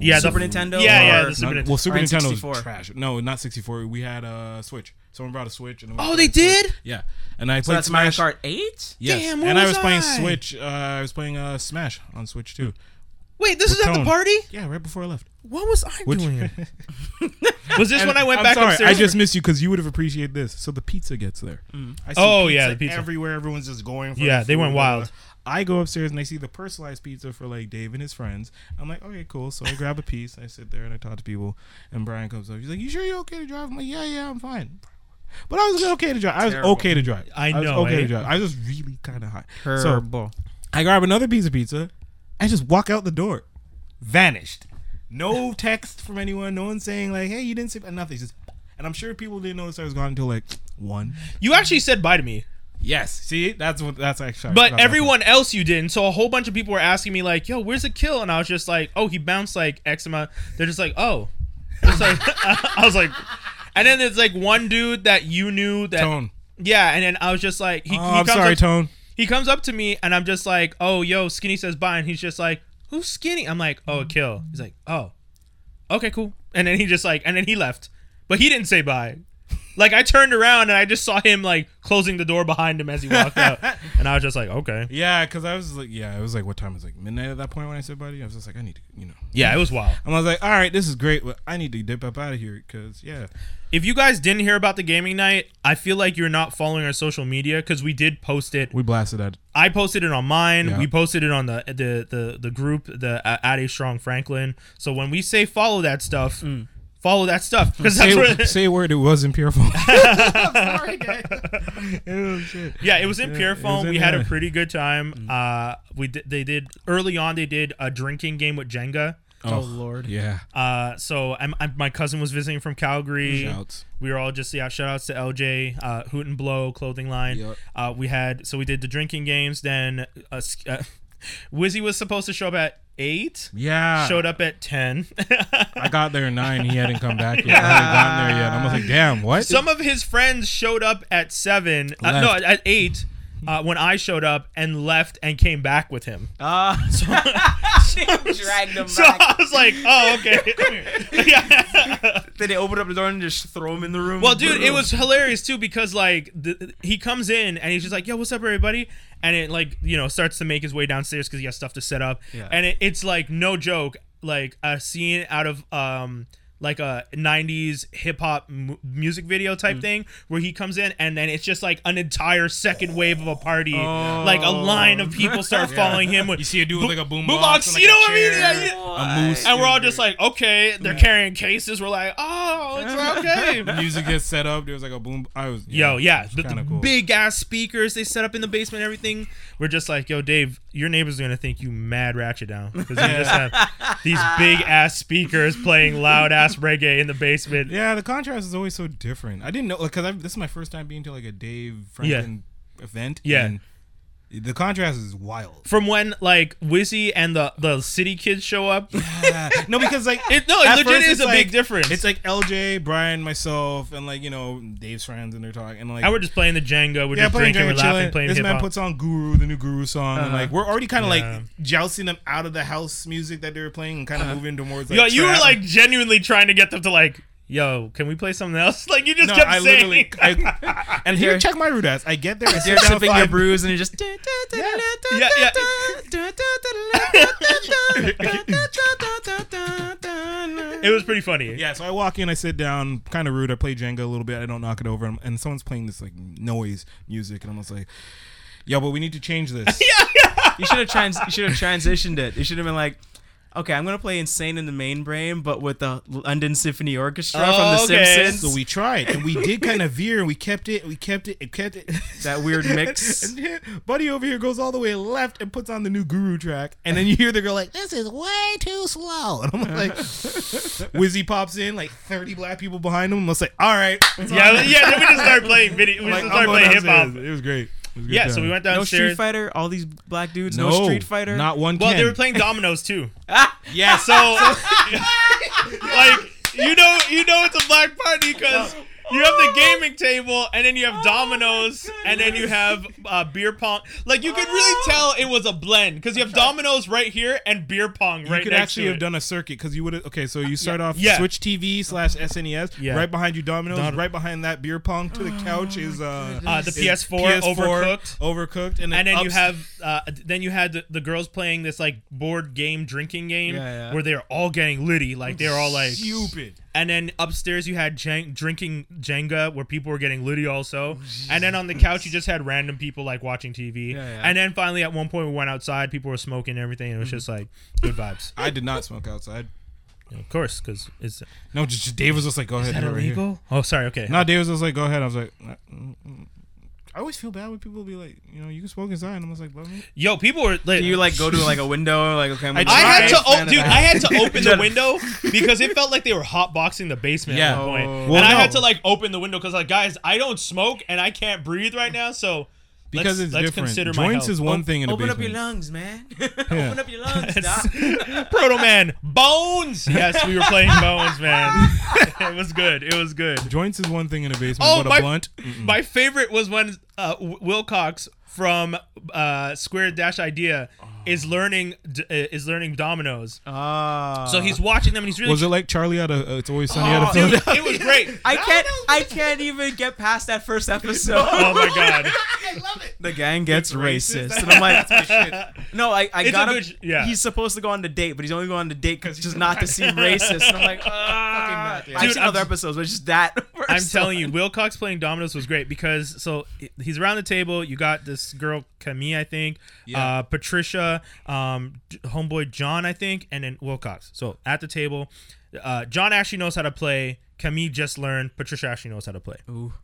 yeah, Super the, Nintendo Yeah, yeah, or- the Super Not- Nintendo. Well, Super Or in Nintendo 64. was trash. No, not 64. We had a Switch. Someone brought a Switch. And Oh, they did. Yeah, and I So played that's Mario Smash. Kart Eight. Yes. Damn, where and I was was playing I? Switch. Uh, I was playing uh, Smash on Switch too. Wait, this is at the Tone. party. Yeah, right before I left. What was I Which- doing? was this when I went I'm back sorry, upstairs? I just missed you because you would have appreciated this. So the pizza gets there. I see Oh, yeah, the pizza. everywhere. Everyone's just going. For Yeah, the they went food, wild. uh, I go upstairs and I see the personalized pizza for like Dave and his friends. I'm like, okay, cool. So I grab a piece. I sit there and I talk to people. And Brian comes up. He's like, you sure you're okay to drive? I'm like, yeah, yeah, I'm fine. But I was okay to drive. I was Terrible. okay to drive. I was know, okay eh? to drive. I was just really kind of high. So Terrible. I grab another piece of pizza. I just walk out the door. Vanished. No text from anyone. No one saying like, "Hey, you didn't say nothing." Just, and I'm sure people didn't notice I was gone until like one. you actually said bye to me, Yes. See, that's what that's actually. but everyone else you didn't. So a whole bunch of people were asking me like, "Yo, where's the kill?" And I was just like, "Oh, he bounced like X amount." They're just like, "Oh." It's like I was like, and then there's like one dude that you knew that Tone. Yeah, and then I was just like, he, Oh, he I'm comes sorry, up, Tone. He comes up to me, and I'm just like, oh, yo, Skinny says bye, and he's just like, who's Skinny? I'm like, oh, Mm-hmm. Kill. He's like, oh, okay, cool. And then he just like, and then he left, but he didn't say bye. Like I turned around and I just saw him like closing the door behind him as he walked out, and I was just like, okay, Yeah, because I was like, yeah, it was like what time? It was like midnight at that point when I said, "Buddy," I was just like, I need to, you know. yeah, it was wild. And I was like, all right, this is great, but I need to dip up out of here because yeah, If you guys didn't hear about the gaming night, I feel like you're not following our social media because we did post it we blasted that. I posted it on mine. Yeah. We posted it on the the the, the group, the uh, at a strong Franklin. So when we say follow that stuff, Mm. follow that stuff because that's Say, where, say a word. It was in pure form. sorry, guys. Oh, shit. yeah, it was in Yeah, pure it was phone. in We had a there. Mm. pretty good time. Uh, we did, they did early on. They did a drinking game with Jenga. Oh, Lord. Yeah. Uh, so I'm, I'm, my cousin was visiting from Calgary. Mm. Shouts. We were all just yeah. Shout outs to LJ, uh, Hoot and Blow clothing line. Yep. Uh, we had so we did the drinking games. Then uh, s- uh, Wizzy was supposed to show up at eight. Yeah. showed up at 10 I got there at nine. He hadn't come back yet. I hadn't gotten there yet. I'm like, damn, what? some of his friends showed up at 7 uh, no Left. at 8 uh, when I showed up and left and came back with him. Uh, she dragged him So back. I was like, oh, okay. yeah. Then they opened up the door and just throw him in the room. Well, Oh, dude, it was hilarious too because like the, he comes in and he's just like, "Yo, what's up, everybody?" And it like you know starts to make his way downstairs because he has stuff to set up. Yeah. And it, it's like no joke, like a scene out of um like a '90s hip hop mu- music video type Mm. thing where he comes in and then it's just like an entire second wave of a party, like a line of people start following him. With, Oh. You see a dude with like a boom Boombox, box, and, like, you a know what I mean? chair, Yeah, yeah. A moose. and we're all just like, okay, they're carrying cases. We're like, oh, it's okay. Music gets set up. There was like a boom. I was Yo, yeah, the, kinda cool. big ass speakers they set up in the basement, and everything. We're just like, yo, Dave, your neighbors are gonna think you mad ratchet down because you just have these big ass speakers playing loud ass reggae in the basement. Yeah, the contrast is always so different. I didn't know because this is my first time being to like a Dave Franklin event. Yeah. and the contrast is wild. From when like Wizzy and the the city kids show up, Yeah. no, because like It- no, it at legit first is it's a big like- difference. It's like LJ, Brian, myself, and like you know Dave's friends, and they're talking and like and we're just playing the Jenga, we're yeah, just playing drinking, we're Jenga, laughing, chilling. playing This hip man hop. puts on Guru, the new Guru song, and like we're already kind of Yeah. like jousting them out of the house music that they were playing and kind of moving towards. Like, Yo, you were trap. like genuinely trying to get them to like, yo, can we play something else? Like you just No, kept I saying. literally, I, and here, You're- check my root ass. I get there, I You're sit down sipping your five- brews and you're just. Yeah, yeah. it was pretty funny. Yeah, so I walk in, I sit down, kind of rude. I play Jenga a little bit. I don't knock it over, and- and someone's playing this like noise music, and I'm just like, "Yo, but we need to change this." You should have trans- you should have transitioned it. You should have been like, okay, I'm gonna play Insane in the Main Brain, but with the London Symphony Orchestra Oh, from The okay. Simpsons. So we tried, and we did kind of veer, and we kept it, and we kept it, and kept it. That weird mix. And here- Buddy over here goes all the way left and puts on the new Guru track, and then you hear the girl like, "This is way too slow," and I'm like, Wizzy pops in, like 30 black people behind him, and I'm like, "All right." It's on. Yeah, yeah. Then we just started playing video. We just Like, I'm started going playing hip hop. downstairs. It was great. It was a good Yeah, so time. we went no Street downstairs. Fighter. All these black dudes. No, Street Fighter. Not one. well, they Ken. were playing dominoes too. Yeah, So, like, you know, you know, it's a black party because you have the gaming table, and then you have dominoes, and then you have uh, beer pong. Like, you could really tell it was a blend because you have dominoes right here and beer pong right you could next actually to have it. done a circuit because you would have. Okay, so you start off Yeah. Switch TV slash SNES. Yeah. Right behind you, Domino's. Don- right behind that beer pong to the couch is uh, Uh, the is PS4, overcooked. overcooked, and and then, then you ups- have uh, then you had the, the girls playing this like board game drinking game Yeah, yeah. where they're all getting litty like they're all like stupid. and then upstairs you had Jen- drinking jenga where people were getting litty also and then on the couch you just had random people like watching tv Yeah, yeah. and then finally at one point we went outside people were smoking and everything and Mm-hmm. it was just like good vibes I did not smoke outside. of course because it's No, just, just Dave was just like, go ahead. you're over here. oh sorry okay No, Dave was just like, go ahead. I was like. "Uh, mm, mm." I always feel bad when people be like, you know, you can smoke inside. And I'm just like, love me. yo people were like Do you like go to like a window? Like okay, I'm gonna I had try to, and o- fan it dude. out. I had to open the Shut up. window because it felt like they were hotboxing the basement Yeah. at one point, Oh. and Well, I had no. to like open the window because like, guys, I don't smoke and I can't breathe right now, so Because let's, it's let's different. Consider my Joints health. is one thing in a Open up your basement. lungs, man. Open up your lungs, doc. Proto Man Bones. Yes, we were playing Bones, man. it was good. It was good. Joints is one thing in a basement, Oh, but my- a blunt. My favorite was when uh, W- Wilcox from uh, Square Dash Idea Oh. is learning d- uh, is learning dominoes. Ah. so he's watching them and he's really. Was it like Charlie out of uh, It's Always Sunny out Oh, of it, Philadelphia? was- it was great. I can't. I can't even get past that first episode. oh my god. the gang gets racist, racist. and I'm like, no, I, I It's got a him. good- yeah. He's supposed to go on the date, but he's only going on the date because just not to seem racist. And I'm like, ah, fucking nuts. I've Dude, seen I'm- other episodes, but it's just that. first I'm telling you, one. Wilcox playing dominoes was great because so he- he's around the table. You got this girl Camille, I think, uh, Patricia, um, J- homeboy John, I think, and then Wilcox. So at the table, uh, John actually knows how to play. Camille just learned. Patricia actually knows how to play. Ooh.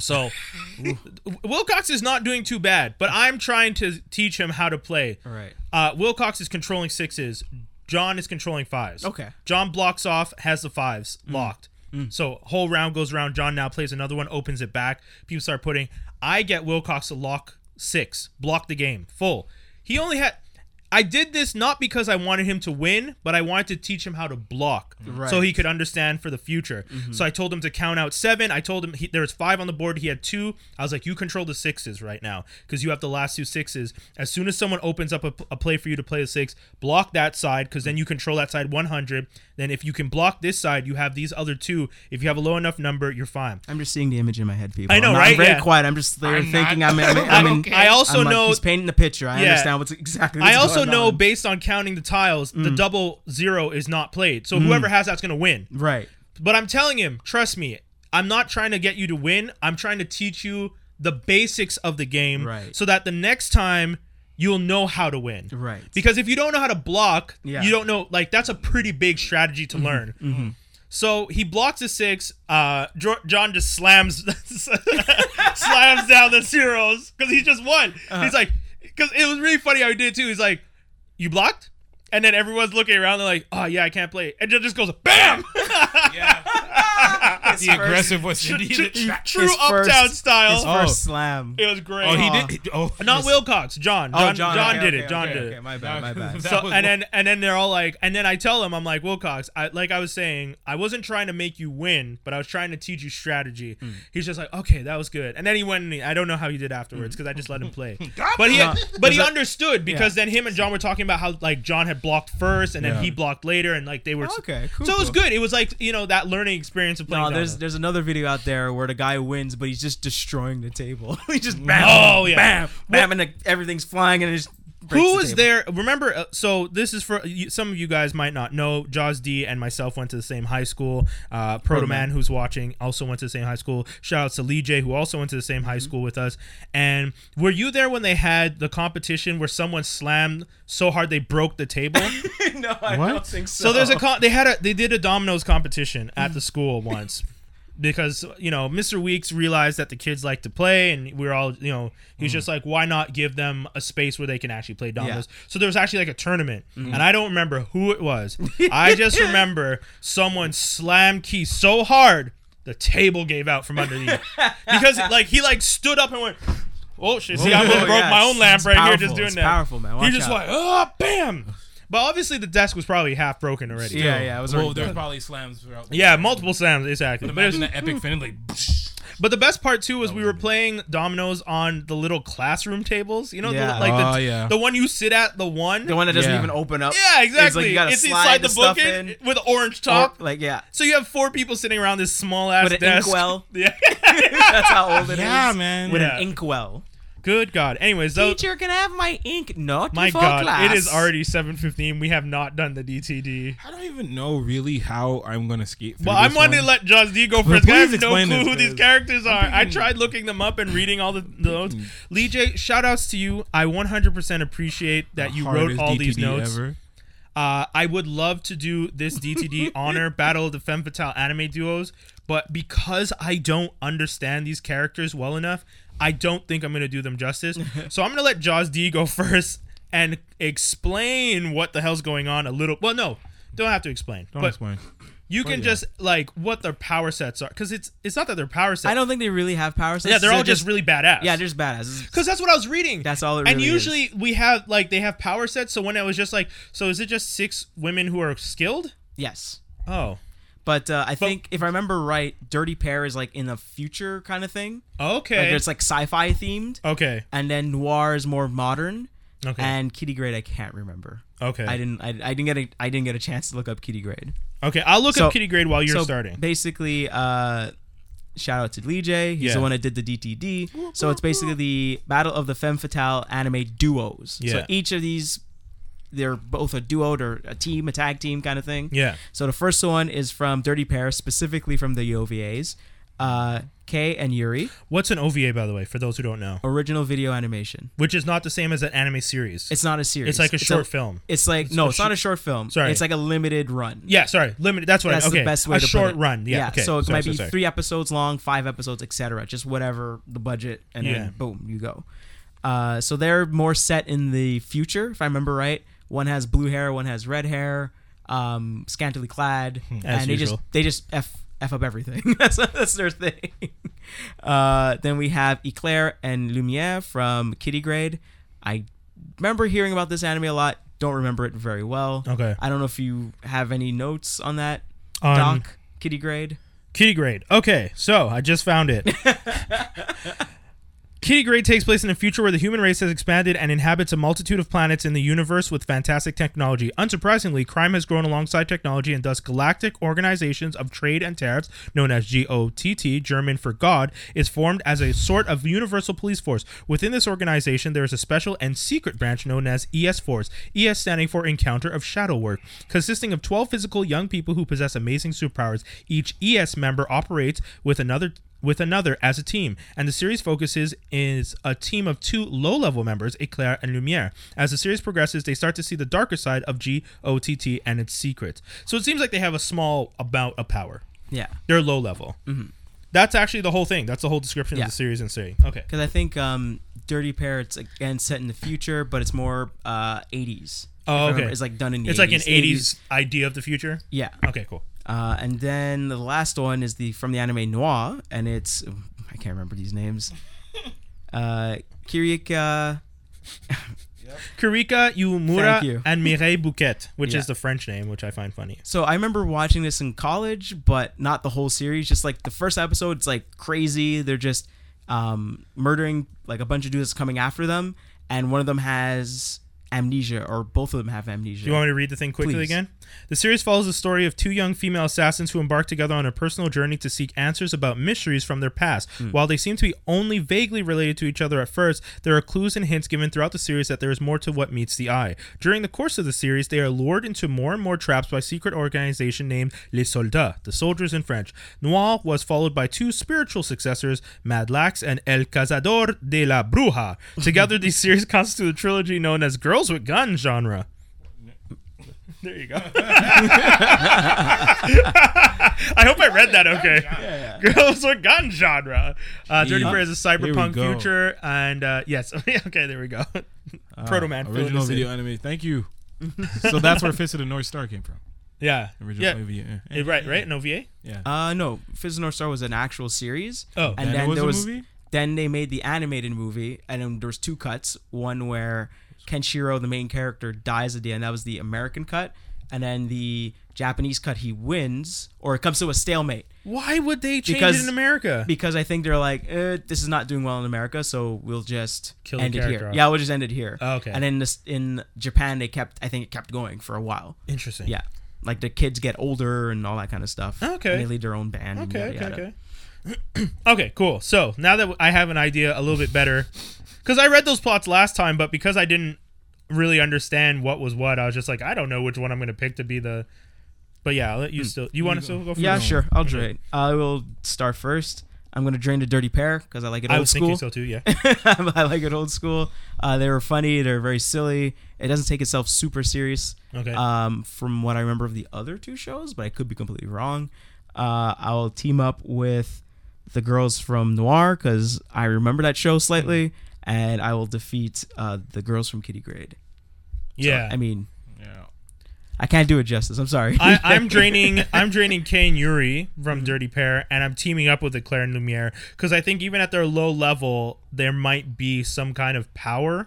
So Wilcox is not doing too bad, but I'm trying to teach him how to play. All right. Uh, Wilcox is controlling sixes. John is controlling fives. Okay. John blocks off, has the fives locked. So whole round goes round. John now plays another one, opens it back. People start putting. I get Wilcox to lock six, block the game full. He only had. I did this not because I wanted him to win, but I wanted to teach him how to block so he could understand for the future. So I told him to count out seven. I told him he, there was five on the board. He had two. I was like, you control the sixes right now because you have the last two sixes. As soon as someone opens up a, a play for you to play a six, block that side because then you control that side 100. Then if you can block this side, you have these other two. If you have a low enough number, you're fine. I'm just seeing the image in my head, people. I know, I'm not- right? I'm very Yeah. quiet. I'm just there I'm thinking not- I'm in. I'm in Okay. Um, I also I'm like, know he's painting the picture. I Yeah. understand what's exactly. I What's also going know on. based on counting the tiles, the double zero is not played. So whoever has that's going to win. right. But I'm telling him, trust me, I'm not trying to get you to win. I'm trying to teach you the basics of the game Right. so that the next time you'll know how to win. Right. Because if you don't know how to block, Yeah. Mm-hmm. you don't know like that's a pretty big strategy to learn. So he blocks a six. Uh, Jo- John just slams slams down the zeros because he just won. Uh-huh. He's like, because it was really funny how he did it too. He's like, you blocked, and then everyone's looking around. They're like, oh yeah, I can't play. And John just goes, bam. the aggressive was Tr- needed. tr- Ah, True His first- uptown His style. first slam. It was great. Uh, Oh, Oh. he did. Oh, Not Wilcox. John. John, John, did it. John did it. my bad. My bad. That So, was and then and then they're all like, and then I tell them, I'm like, Wilcox, I, like I was saying, I wasn't trying to make you win, but I was trying to teach you strategy. He's just like, okay, that was good. And then he went, and he- I don't know how he did afterwards because I just let him play. but he, No, but he that- understood because then him and John were talking about how like John had blocked first, and then he blocked later, and like they were Okay, cool, So it was cool. good. It was like you know that learning experience of playing. No, there's Dota. there's another video out there where the guy wins, but he's just destroying the table. he just bam, Oh, yeah. bam, bam, and the, everything's flying and it just. breaks Who the was table. there? Remember, uh, so this is for you, some of you guys might not know. Jaws D and myself went to the same high school. Uh, Proto Man, who's watching, also went to the same high school. Shout out to Lee J, who also went to the same Mm-hmm. high school with us. And were you there when they had the competition where someone slammed so hard they broke the table? no, I What? don't think so. so there's a con- they had a they did a dominoes competition at the school once. Because you know, Mr. Weeks realized that the kids like to play, and we are all you know, he's Mm. just like, why not give them a space where they can actually play dominoes? So there was actually like a tournament, Mm-hmm. and I don't remember who it was. I just remember someone slammed key so hard the table gave out from underneath because like he like stood up and went, oh shit, see, I Whoa, broke yeah, my it's- own lamp it's right here just powerful, doing it's that. powerful, man. He's Watch just out. like, oh, bam. But obviously the desk was probably half broken already. Yeah, yeah, it was well, already there's done. probably slams throughout. Yeah, multiple slams, exactly. But, it Imagine was- the epic finish, like. but the best part too was we were Oh. playing dominoes on the little classroom tables. You know, the- Yeah. like the, Oh, yeah. the one you sit at, the one. the one that doesn't Yeah. even open up. yeah, It's exactly. like you gotta it's inside slide the, the, book stuff in. in, with orange Or, top. like yeah, so you have four people sitting around this small ass With an desk. inkwell. Yeah. that's how old it is. Yeah, man. With Yeah. an inkwell. Good God. Anyways, though, Teacher can I have my ink. Not my before God, class. it is already seven fifteen. We have not done the DTD. I don't even know really how I'm gonna skate. Through Well, I'm this wanting to one. let Josh D go Well, first. 'cause I please have Hmm. no clue explain this, who these guys. characters are. I tried looking them up and reading all the the notes. Lee J, shout outs to you. I 100% appreciate that you wrote Hardest all these DTD notes. ever. Uh, I would love to do this DTD honor battle of the femme fatale anime duos, but because I don't understand these characters well enough, I don't think I'm gonna do them justice. so I'm gonna let Jaws D go first and explain what the hell's going on a little. Well, no, don't have to explain. Don't but explain. you Oh, can just like what their power sets are, because it's it's not that their power sets. I don't think they really have power sets. Yeah, they're all just, really really badass. yeah, they're just badasses. Because that's what I was reading. That's all it and really usually we have like they have power sets. So when it was just like, so is it just six women who are skilled? Yes. Oh, But uh, I think if I remember right, Dirty Pair is like in the future kind of thing. Like okay, it's like sci-fi themed, okay, and then Noir is more modern, okay, and Kitty Grade I can't remember. okay. I didn't. I, I didn't get. A, I didn't get a chance to look up Kitty Grade. okay, I'll look So- up Kitty Grade while you're so starting. Basically, uh, shout out to Lee J. He's Yeah. the one that did the DTD. So it's basically the Battle of the Femme Fatale anime duos. So Yeah. each of these, they're both a duo or a team, a tag team kind of thing. Yeah. So the first one is from Dirty Paris, specifically from the OVAs. Uh, Kay and Yuri, What's an OVA by the way? For those who don't know, original video animation. which is not the same as an anime series. It's not a series. It's like a short film. It's like no, it's not a short film. Sorry. it's like a limited run. yeah, sorry, limited. That's what. That's I, okay, the best way a to put short it. run. Yeah, okay. so it sorry, might sorry, be sorry. three episodes long, five episodes, etc. Just whatever the budget, and Yeah. then boom, you go. Uh, so they're more set in the future, if I remember right. One has blue hair, one has red hair, um, scantily clad, As and they just usual. they just f f up everything. that's that's their thing. Uh, then we have Eclair and Lumiere from Kitty Grade. I remember hearing about this anime a lot. Don't remember it very well. Okay. I don't know if you have any notes on that. On- Doc Kitty Grade. Kitty Grade. Okay, so I just found it. Kitty Grade takes place in a future where the human race has expanded and inhabits a multitude of planets in the universe with fantastic technology. Unsurprisingly, crime has grown alongside technology, and thus Galactic Organizations of Trade and Tariffs, known as GOTT, German for God, is formed as a sort of universal police force. Within this organization, there is a special and secret branch known as ES Force, ES standing for Encounter of Shadow Work, consisting of 12 physical young people who possess amazing superpowers. Each ES member operates with another with another as a team, and the series focuses is a team of two low-level members, Eclair and Lumiere. As the series progresses, they start to see the darker side of GOTT and its secrets. So it seems like they have a small amount of power. Yeah. They're low level. Mm-hmm. That's actually the whole thing. That's the whole description Yeah. of the series and series. Okay. Because I think um, Dirty Parrot's again set in the future, but it's more uh, 80s. Oh, If I okay. remember, It's like done in the It's 80s. like an 80s idea of the future. Yeah. Okay, cool. Uh, and then the last one is the from the anime Noir, and it's I can't remember these names. Uh, Kirika. Kurika Yumura Thank you. and Mireille Bouquet, which Yeah. is the French name, which I find funny. So I remember watching this in college, but not the whole series. Just like the first episode, it's like crazy. They're just um, murdering like a bunch of dudes coming after them, and one of them has amnesia, or both of them have amnesia. Do you want me to read the thing quickly Please. again? The series follows the story of two young female assassins who embark together on a personal journey to seek answers about mysteries from their past. While they seem to be only vaguely related to each other at first, there are clues and hints given throughout the series that there is more to what meets the eye. During the course of the series, they are lured into more and more traps by secret organization named Les Soldats, the soldiers in French. Noir was followed by two spiritual successors, Madlax and El Cazador de la Bruja. Together, these series constitute a trilogy known as Girls with Gun genre. There you go. I hope I read that okay. Girls with gun genre. Uh, Dirty Yeah. Bird is a we cyberpunk go. future, and uh, yes, okay, there we go. Proto Man. Uh, Original video anime. Thank you. so that's where Fist of the North Star came from. Yeah. Original yeah. movie. eh, eh, Eh, Right, right? No VA? Yeah. Uh, no, Fizz North Star was an actual series. Oh. and Then then it was there a was movie? then they made the animated movie, and then there was two cuts. One where Kenshiro, the main character, dies at the end. That was the American cut, and then the Japanese cut, he wins, or it comes to a stalemate. Why would they change Because- it in America? Because I think they're like, eh, this is not doing well in America, so we'll just Kill the end it character here. off. Yeah, we'll just end it here. Oh, okay. And then this, in Japan, they kept, I think it kept going for a while. Interesting. Yeah. Like the kids get older and all that kind of stuff. Okay. And they lead their own band. and Okay, yada, okay, yada. okay. okay, cool. So now that I have an idea a little bit better, because I read those plots last time, but because I didn't really understand what was what, I was just like, I don't know which one I'm going to pick to be the. But yeah, I'll let you still. You want to still go for Hmm. Yeah, it? sure. I'll drain. I will start first. I'm gonna drain the dirty pair because I like it I old was thinking school. so too. Yeah. I like it old school. Uh, they were funny. They're very silly. It doesn't take itself super serious. Okay. Um, from what I remember of the other two shows, but I could be completely wrong. Uh, I'll team up with the girls from Noir because I remember that show slightly, and I will defeat uh, the girls from Kitty Grade. Yeah. I mean, yeah. I can't do it justice. I'm sorry. I, I'm draining. I'm draining Kane Yuri from Dirty Pair, and I'm teaming up with the Claire and Lumiere because I think even at their low level, there might be some kind of power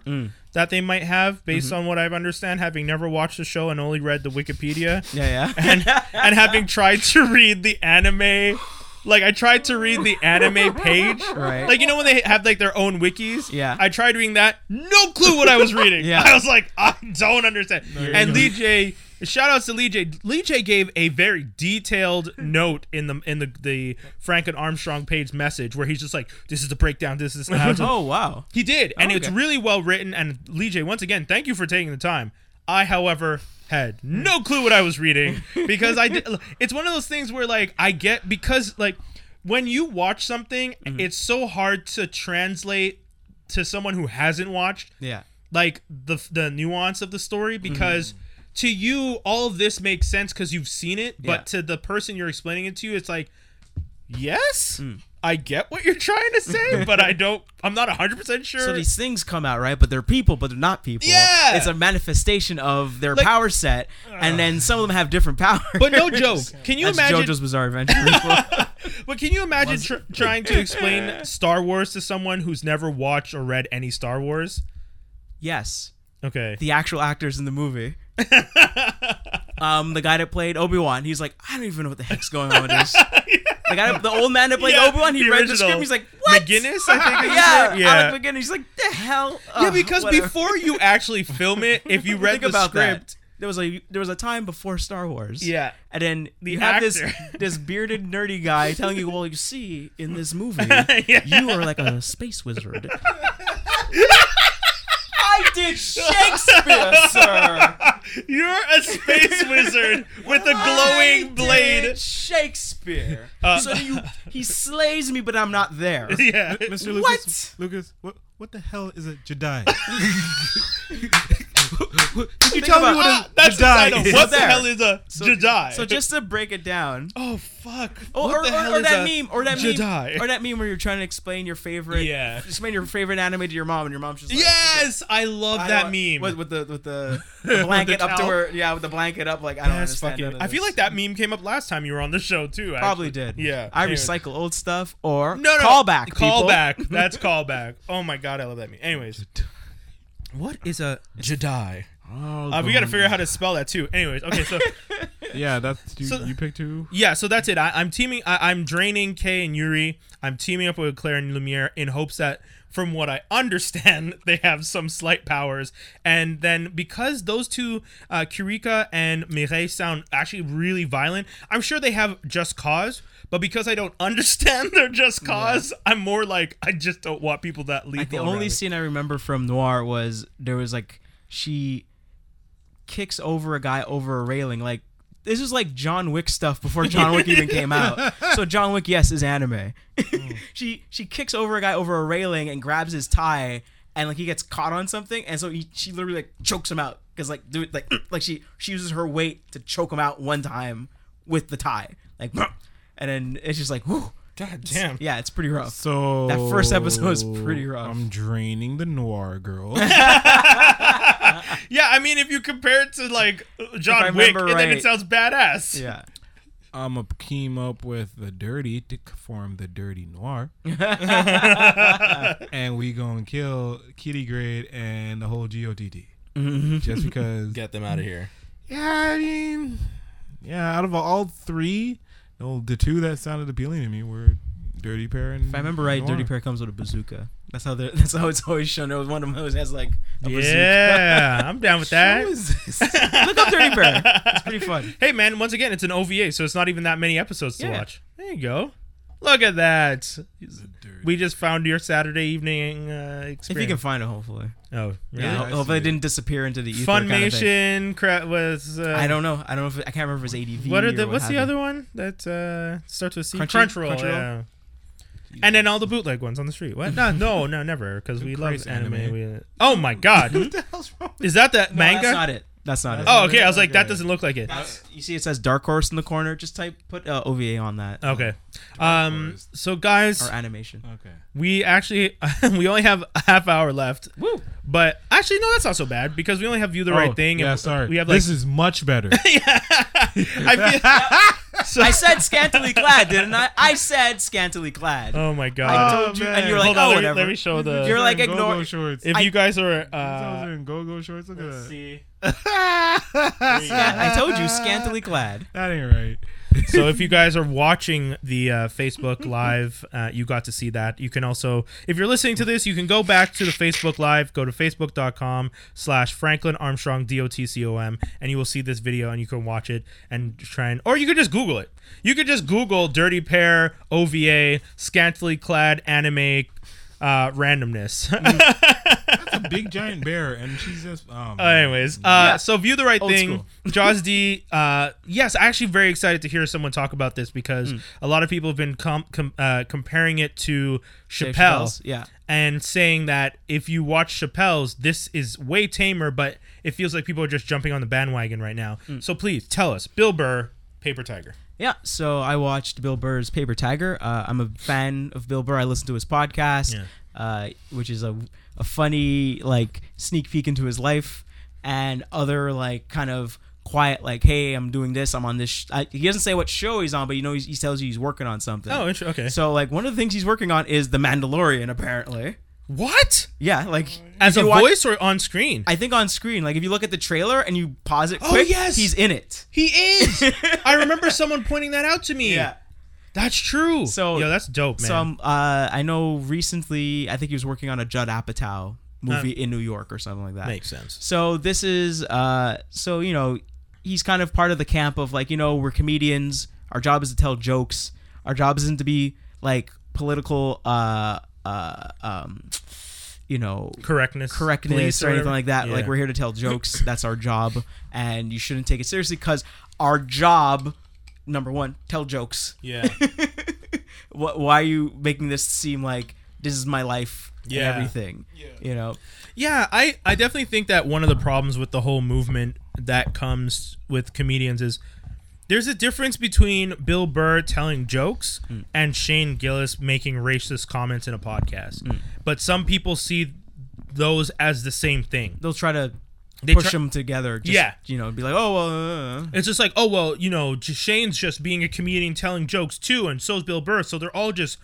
that they might have, based on what I understand, having never watched the show and only read the Wikipedia, yeah, yeah. and and having tried to read the anime. Like I tried to read the anime page, Right. like you know when they have like their own wikis. Yeah. I tried doing that. No clue what I was reading. Yeah. I was like, I don't understand. you're and good. Lee J, shout outs to Lee J. Lee J gave a very detailed note in the in the the Frank and Armstrong page message where he's just like, this is the breakdown. This is how it's oh wow. he did, and it's okay. really well written. And Lee J, once again, thank you for taking the time. I, however, had no clue what I was reading because I did. It's one of those things where like I get because like when you watch something, it's so hard to translate to someone who hasn't watched Yeah. like the the nuance of the story Mm-hmm. because to you all of this makes sense because you've seen it but Yeah. to the person you're explaining it to it's like yes Mm. i get what you're trying to say but i don't i'm not 100% sure So these things come out, right? But they're people, but they're not people. Yeah. It's a manifestation of their Like- power set, and then some of them have different powers. but no joke can you That's imagine JoJo's Bizarre Adventure. but can you imagine tr- trying to explain star wars to someone who's never watched or read any star wars yes. Okay. the actual actors in the movie. um, the guy that played Obi Wan, he's like, I don't even know what the heck's going on with this. The guy, the old man that played Yeah, Obi Wan, he the read the original. script. He's like, what? McGinnis, I think is his yeah, name? Yeah. Alec McGinnis. He's like, the hell. yeah, Ugh, because whatever. before you actually film it, if you read Think the about that. script, there was a there was a time before Star Wars. Yeah. and then The you have this actor. this bearded nerdy guy telling you, well, you see in this movie, Yeah. you are like a space wizard. I did Shakespeare, sir. you're a space wizard with a I glowing did blade. Shakespeare. Uh, so you, he slays me, but I'm not there. Yeah. Mr. What? Lucas, Lucas, what what the hell is a Uh, Jedi? Can you Think tell about- me what a Ah, that's the Jedi title. is? What the There. hell is a So, Jedi? So just to break it down, oh fuck. Oh, What or, the or- hell or is that a meme, or that Jedi? meme, or that meme where you're trying to explain your favorite, Yeah. explain your favorite anime to your mom, and your mom's just like, Yes, I love I that don't- meme. with, with the with the, the blanket up to towel. her, yeah, with the blanket up, like I don't That's understand. fucking- none of I feel this. like that meme came up last time you were on the show too. probably actually. did. Yeah. I Anyway. recycle old stuff or No, no. callback, people. Callback. That's callback. Oh my god, I love that meme. Anyways, what is a Jedi? Uh, Oh, we got to figure out how to spell that too. Anyways, okay, so Oh, Yeah, that's you, So- you pick two. yeah, so that's it. I, I'm teaming. I, I'm draining Kay and Yuri. I'm teaming up with Claire and Lumiere in hopes that, from what I understand, they have some slight powers. And then because those two, uh, Kirika and Mireille, sound actually really violent, I'm sure they have just cause. But because I don't understand their just cause, I'm more like I just don't want people that lethal. The only around. scene I remember from Noir was there was like she kicks over a guy over a railing. Like this is like John Wick stuff before John Wick even came out. So John Wick, yes, is anime. Mm. she she kicks over a guy over a railing and grabs his tie, and like he gets caught on something, and so he, she literally like chokes him out because like dude like like she she uses her weight to choke him out one time with the tie like. And then it's just like, whew. God damn. Yeah, it's pretty rough. So That first episode was pretty rough. I'm draining the noir girl. Yeah, I mean, if you compare it to like John If I Wick, remember and then it right. sounds badass. Yeah. I'm a team up with the dirty to form the dirty noir, and we gonna kill Kitty Grade and the whole GOTT Mm-hmm. just because. Get them out of here. Yeah, I mean, yeah. Out of all three, no, the two that sounded appealing to me were Dirty Pair and. If I remember right, Dirty Pair comes with a bazooka. That's how they're, that's how it's always shown. There was one of them always has like a Yeah, I'm down with that. bazooka. Look up Dirty Pair. It's pretty fun. Hey man, once again, it's an OVA, so it's not even that many episodes to Yeah. watch. There you go. Look at that. Dirty. We just found your Saturday evening uh, experience. If you can find it, hopefully. oh, yeah. Yeah. I hopefully it see. didn't disappear into the ether. kind of thing. Funimation cra- was. Uh, I don't know. I don't know if I can't remember if it's ADV. What are or the? What's have the you. other one that uh, starts with C? Crunchy? Crunchyroll. Crunchyroll? yeah. And then all the bootleg ones on the street. What? No, no, no, never. Because we love Christ, anime. anime. We, oh my god, What the hell's wrong? is that that No, manga? That's not it. That's not it. oh, okay. I was like, that Okay. doesn't look like it. That's- you see, it says Dark Horse in the corner. Just type put uh, OVA on that Okay. Um. Forest. So guys, or Oh. animation. Okay. We actually we only have a half hour left. Woo. But actually, no, that's not so bad because we only have you the right Oh, thing. Yeah, and sorry. We have like this is much better. I feel, so, I said scantily clad, didn't I? I said scantily clad. oh my god! I told you, and man. you're Hold like, oh, on, let me, whatever. let me show the. You're like, Go-go ignore- shorts. if These you guys are, fellas uh, are in go-go shorts. Look at that. see. I told you, scantily clad. That ain't right. so if you guys are watching the uh, Facebook Live, uh, you got to see that. You can also, if you're listening to this, you can go back to the Facebook Live, go to facebook.com slash Franklin Armstrong, D-O-T-C-O-M, and you will see this video and you can watch it and try and, or you could just Google it. You could just Google Dirty Pair, OVA, Scantily Clad Anime uh, Randomness. It's a big giant bear, and she's just. Um, Uh, anyways, uh, so view the right Old thing. school. Jaws D. Uh, yes, actually, very excited to hear someone talk about this Hmm. because a lot of people have been com- com- uh, comparing it to Dave Chappelle Chappelle's, Yeah. and saying that if you watch Chappelle's, this is way tamer, but it feels like people are just jumping on the bandwagon right now. Hmm. So please tell us, Bill Burr, Paper Tiger. Yeah, so I watched Bill Burr's Paper Tiger. Uh, I'm a fan of Bill Burr. I listen to his podcast, uh, which is a, a funny like sneak peek into his life and other like kind of quiet like, hey, I'm doing this. I'm on this. Sh-. I, he doesn't say what show he's on, but you know he's, he tells you he's working on something. Oh, inter- okay. So like one of the things he's working on is The Mandalorian, apparently. What? Yeah, like As a if you watch- voice or on screen? I think on screen, like if you look at the trailer and you pause it Oh, quick, yes. he's in it. he is. I remember someone pointing that out to me. That's true. So- yo, that's dope, man. Some uh, I know recently, I think he was working on a Judd Apatow movie in New York or something like that. Makes sense. So this is uh so you know, he's kind of part of the camp of like, you know, we're comedians, our job is to tell jokes. Our job isn't to be like political uh uh um you know Correctness. correctness police or anything whatever. like that. Yeah. Like we're here to tell jokes. That's our job, and you shouldn't take it seriously because our job, number one, tell jokes. Yeah. Wh- Why are you making this seem like this is my life Yeah. and everything? You know, Yeah, I, I definitely think that one of the problems with the whole movement that comes with comedians is there's a difference between Bill Burr telling jokes Mm. and Shane Gillis making racist comments in a podcast. Mm. But some people see those as the same thing. they'll try to They push try- them together. Just, Yeah. you know, be like, oh, well, uh, It's just like, oh well, you know, J- Shane's just being a comedian telling jokes too, and so's Bill Burr. So they're all just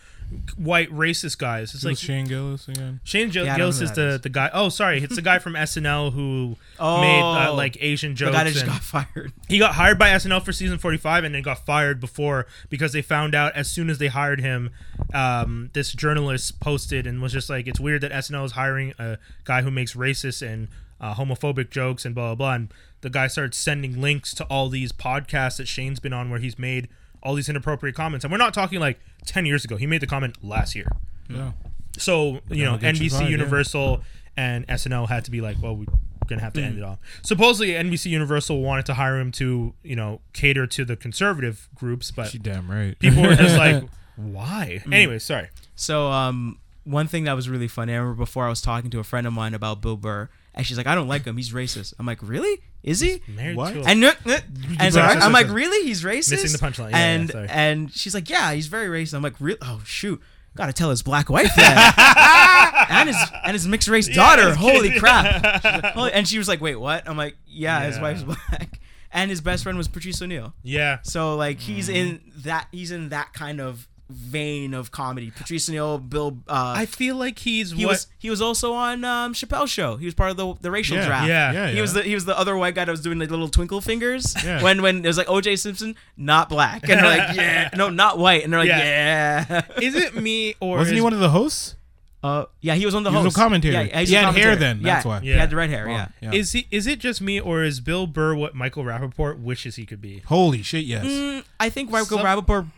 white racist guys. It's like Shane Gillis again. Shane Gil- Yeah, I don't know Gillis who is that the, is. the guy. Oh, sorry, it's the guy from SNL who made uh, Oh. like Asian the jokes. guy that just and- got fired. he got hired by SNL for season 45 and then got fired before because they found out as soon as they hired him, um, this journalist posted and was just like, it's weird that SNL is hiring a guy who makes racist and uh, homophobic jokes and blah, blah, blah. And the guy started sending links to all these podcasts that Shane's been on where he's made all these inappropriate comments. And we're not talking like 10 years ago. He made the comment last year. Yeah. So you know, I'll get you NBC, fired, yeah. Universal, and SNL had to be like, well, we're gonna have to end it off. Supposedly, NBC, Universal wanted to hire him to you know cater to the conservative groups, but She Mm. damn right. people were just like, why? Anyway, sorry. So, um, one thing that was really funny, I remember before I was talking to a friend of mine about Bill Burr, and she's like, I don't like him. He's racist. I'm like, really? Is he? Married What? to a- And, uh, uh, and it's Sorry, like, sorry, I'm like, sorry. really? He's racist? Missing the punchline. Yeah, yeah, and sorry. and she's like, yeah, he's very racist. I'm like, really? Oh shoot, gotta tell his black wife that, and his and his mixed race daughter. his Holy kid. crap! She's like, "Holy-" and she was like, wait, what? I'm like, yeah, his Yeah. wife's black, and his best friend was Patrice O'Neill. yeah, So like, he's Mm-hmm. in that he's in that kind of vein of comedy. Patrice O'Neill, Bill. Uh, I feel like he's he what? was he was also on um, Chappelle's show. He was part of the the racial Yeah, draft. yeah, yeah, He was yeah. the he was the other white guy that was doing the little twinkle fingers. Yeah. When when it was like OJ Simpson, not black, and they're like, yeah, no, not white, and they're like, yeah. is it me or Wasn't is- he one of the hosts? Uh, yeah, he was on the He was on host. commentary. Yeah, was He on had hair commentary. then, Yeah, that's why. He Yeah. had the red hair. Yeah. Yeah. Is he? Is it just me or is Bill Burr what Michael Rappaport wishes he could be? Holy shit, yes. Mm, I think Michael Some- Rappaport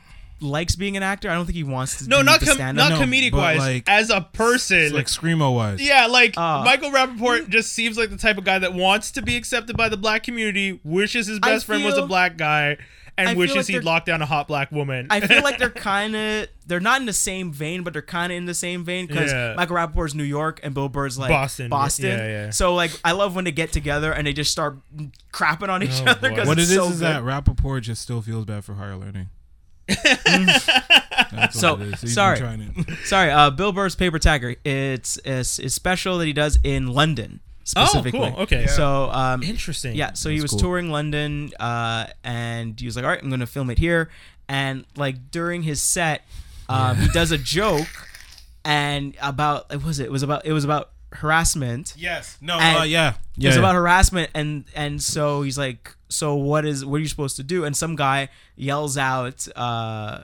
likes being an actor. I don't think he wants to. No, do not the com- stand-up. not No, comedic but wise. like- as a person, It's like screamo wise. Yeah, like Uh, Michael Rappaport just seems like the type of guy that wants to be accepted by the black community, wishes his best friend was a feel- black guy, and I feel wishes like he'd they're- lock down a hot black woman. I feel like they're kind of they're not in the same vein, but they're kind of in the same vein because Yeah. Michael Rappaport's New York and Bill Burr's like Boston. Boston. Yeah, yeah. So like, I love when they get together and they just start crapping on each Oh, other boy. because What it it's is so good. is that Rappaport just still feels bad for higher learning. That's what So, it is. He's been sorry. trying it. Sorry, uh, Bill Burr's Paper Tiger. It's it's a special that he does in London specifically. Oh, Okay. So um, Interesting. Yeah, so he was That's cool. touring London, uh, and he was like, "All right, I'm gonna film it here." And like during his set, um, he does a joke, and about what was it? it was about it was about harassment. Yes. No, And- uh, yeah. Yeah. It's yeah. about harassment, and and so he's like, "So what is what are you supposed to do?" And some guy yells out. Uh,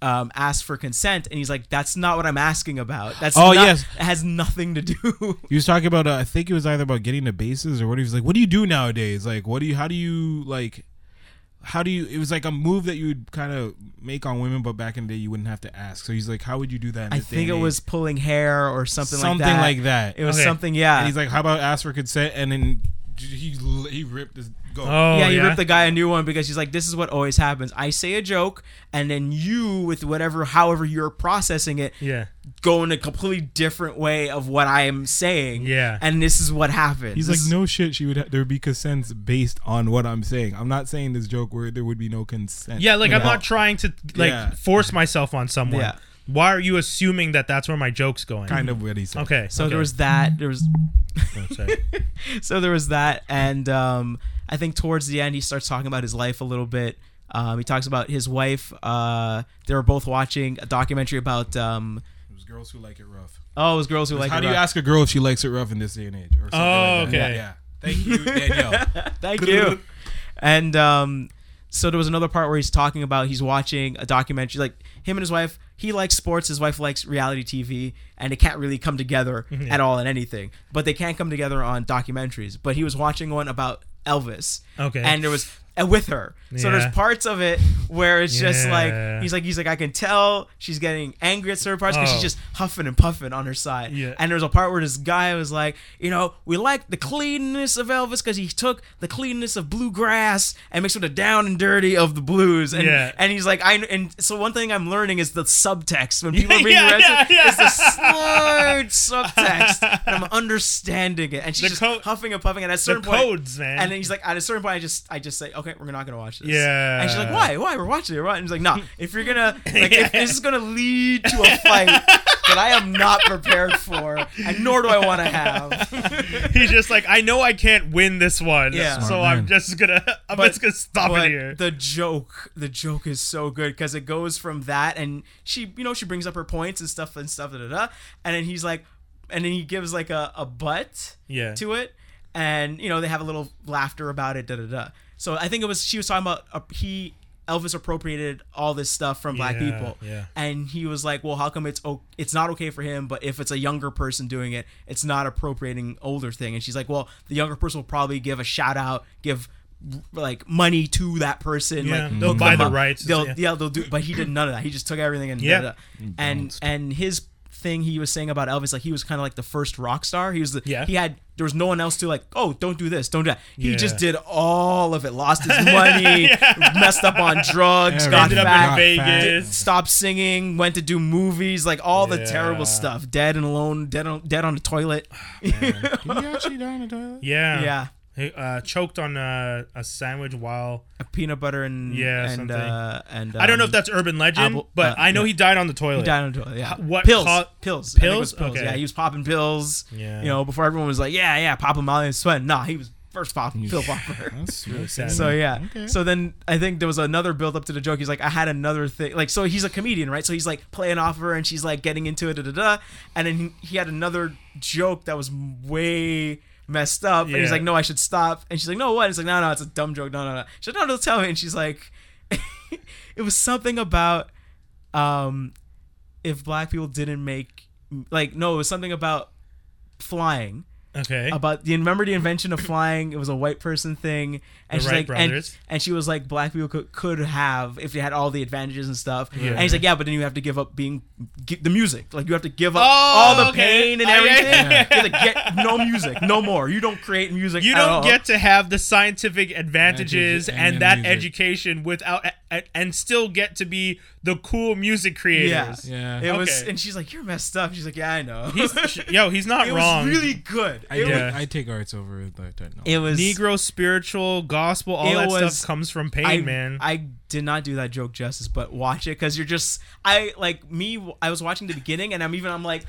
um, asks for consent, and he's like, "That's not what I'm asking about. That's Oh, not- yes. it has nothing to do." He was talking about uh, I think it was either about getting the bases or what he was like, what do you do nowadays? Like what do you how do you like how do you it was like a move that you would kind of make on women but back in the day you wouldn't have to ask. So he's like, How would you do that in I this day think it and was age? pulling hair or something, something like that. like that. It was Okay. something, yeah. and he's like, How about ask for consent? And then he he ripped his go. Oh, yeah, yeah. you ripped the guy a new one because he's like, this is what always happens. I say a joke, and then you, with whatever, however you're processing it, yeah. go in a completely different way of what I am saying. Yeah. And this is what happens. He's like, no shit. She would ha- there would be consents based on what I'm saying. I'm not saying this joke where there would be no consent. Yeah, like I'm at all. not trying to like Yeah. force myself on someone. Yeah. Why are you assuming that that's where my joke's going? kind of what he said. Okay. So okay. there was that. There was, Oh, sorry. so there was that, and um, I think towards the end he starts talking about his life a little bit. Um, he talks about his wife. Uh, they were both watching a documentary about um, It was girls who like it rough. Oh, it was girls who like. How it do you rough. ask a girl if she likes it rough in this day and age? Or something Oh, like that. okay. Yeah, yeah. Thank you, Danielle. Thank you. And um, so there was another part where he's talking about he's watching a documentary, like him and his wife. He likes sports, his wife likes reality TV, and they can't really come together Mm-hmm. at all in anything. But they can come together on documentaries. But he was watching one about Elvis. Okay. And there was and with her. So Yeah. there's parts of it where it's just Yeah. like he's like he's like I can tell she's getting angry at certain parts because Oh. she's just huffing and puffing on her side. Yeah. And there was a part where this guy was like, you know, we like the cleanness of Elvis because he took the cleanness of bluegrass and mixed with the down and dirty of the blues. And, Yeah. and he's like, I and so one thing I'm learning is the subtext when people are being Yeah, yeah, arrested yeah. is the slurred subtext. And I'm understanding it. And she's The just co- huffing and puffing. And at a certain point, codes, man. And then he's like, at a certain point, I just I just say, okay, we're not gonna watch this. Yeah. And she's like, why? Why? We're watching it, right? And he's like, nah. If you're gonna like, if this is gonna lead to a fight that I am not prepared for, and nor do I want to have. He's just like, I know I can't win this one, Yeah. so Smart I'm man. just gonna, I'm But- just gonna stop it but here. the joke, the joke is so good because it goes from that, and she, you know, she brings up her points and stuff and stuff, da, da, da, and then he's like, and then he gives like a a butt, Yeah. to it, and you know they have a little laughter about it, da da da. So I think it was she was talking about uh, he Elvis appropriated all this stuff from black Yeah, people, yeah. and he was like, well, how come it's o- it's not okay for him, but if it's a younger person doing it, it's not appropriating older thing. And she's like, well, the younger person will probably give a shout out, give like money to that person Yeah, like they'll hook buy them the up. rights. they'll Yeah. yeah. they'll do but he did none of that he just took everything and Yeah. yeah and and his thing he was saying about elvis like he was kind of like the first rock star he was the Yeah. he had there was no one else to like oh don't do this don't do that he Yeah. just did all of it lost his money messed up on drugs Yeah, got Ended fat, up in Vegas. did- stopped singing went to do movies like all the Yeah. terrible stuff dead and alone dead on dead on the toilet Did he actually die in a toilet? yeah, yeah He uh, choked on a, a sandwich while peanut butter and Yeah, and something. uh and I don't know um, if that's urban legend, apple- but uh, I know yeah. he died on the toilet. Died on the toilet. Yeah. Ho- what pills? co- pills. I think it pills? was pills. Okay. Yeah, he was popping pills. Yeah. You know, before everyone was like, yeah, yeah, pop 'em out and sweat. Nah, he was first pop pill popper. That's really sad. sad. So yeah. Okay. So then I think there was another build up to the joke. He's like, I had another thing. Like, so he's a comedian, right? So he's like playing off of her, and she's like getting into it, da da da. And then he, he had another joke that was way messed up. And Yeah. he's like, No, I should stop. And she's like, No, what? And it's like, No, no, it's a dumb joke. No, no, no. She's like, No, no, tell me. And she's like, It was something about, um, if black people didn't make like no, it was something about flying Okay. about the remember the invention of flying. It was a white person thing, and The she's Wright like, and, brothers. and she was like, black people could, could have if they had all the advantages and stuff. Yeah. And he's like, yeah, but then you have to give up being gi- the music. Like you have to give up Oh, all the okay. pain and Oh, yeah, everything. yeah, yeah. You have to get no music, no more. You don't create music. you at all. don't get to have the scientific advantages Advantages and and, the that music. education without and, and still get to be the cool music creators. Yeah. It was, Okay. and she's like, you're messed up. She's like, yeah, I know. He's, yo, he's not it wrong. was really good. I, it take- was. Yeah. I take arts over like that. No. It was Negro spiritual gospel, all It that was- stuff comes from pain, I, man. I did not do that joke justice, but watch it because you're just I like me. I was watching the beginning, and I'm even I'm like,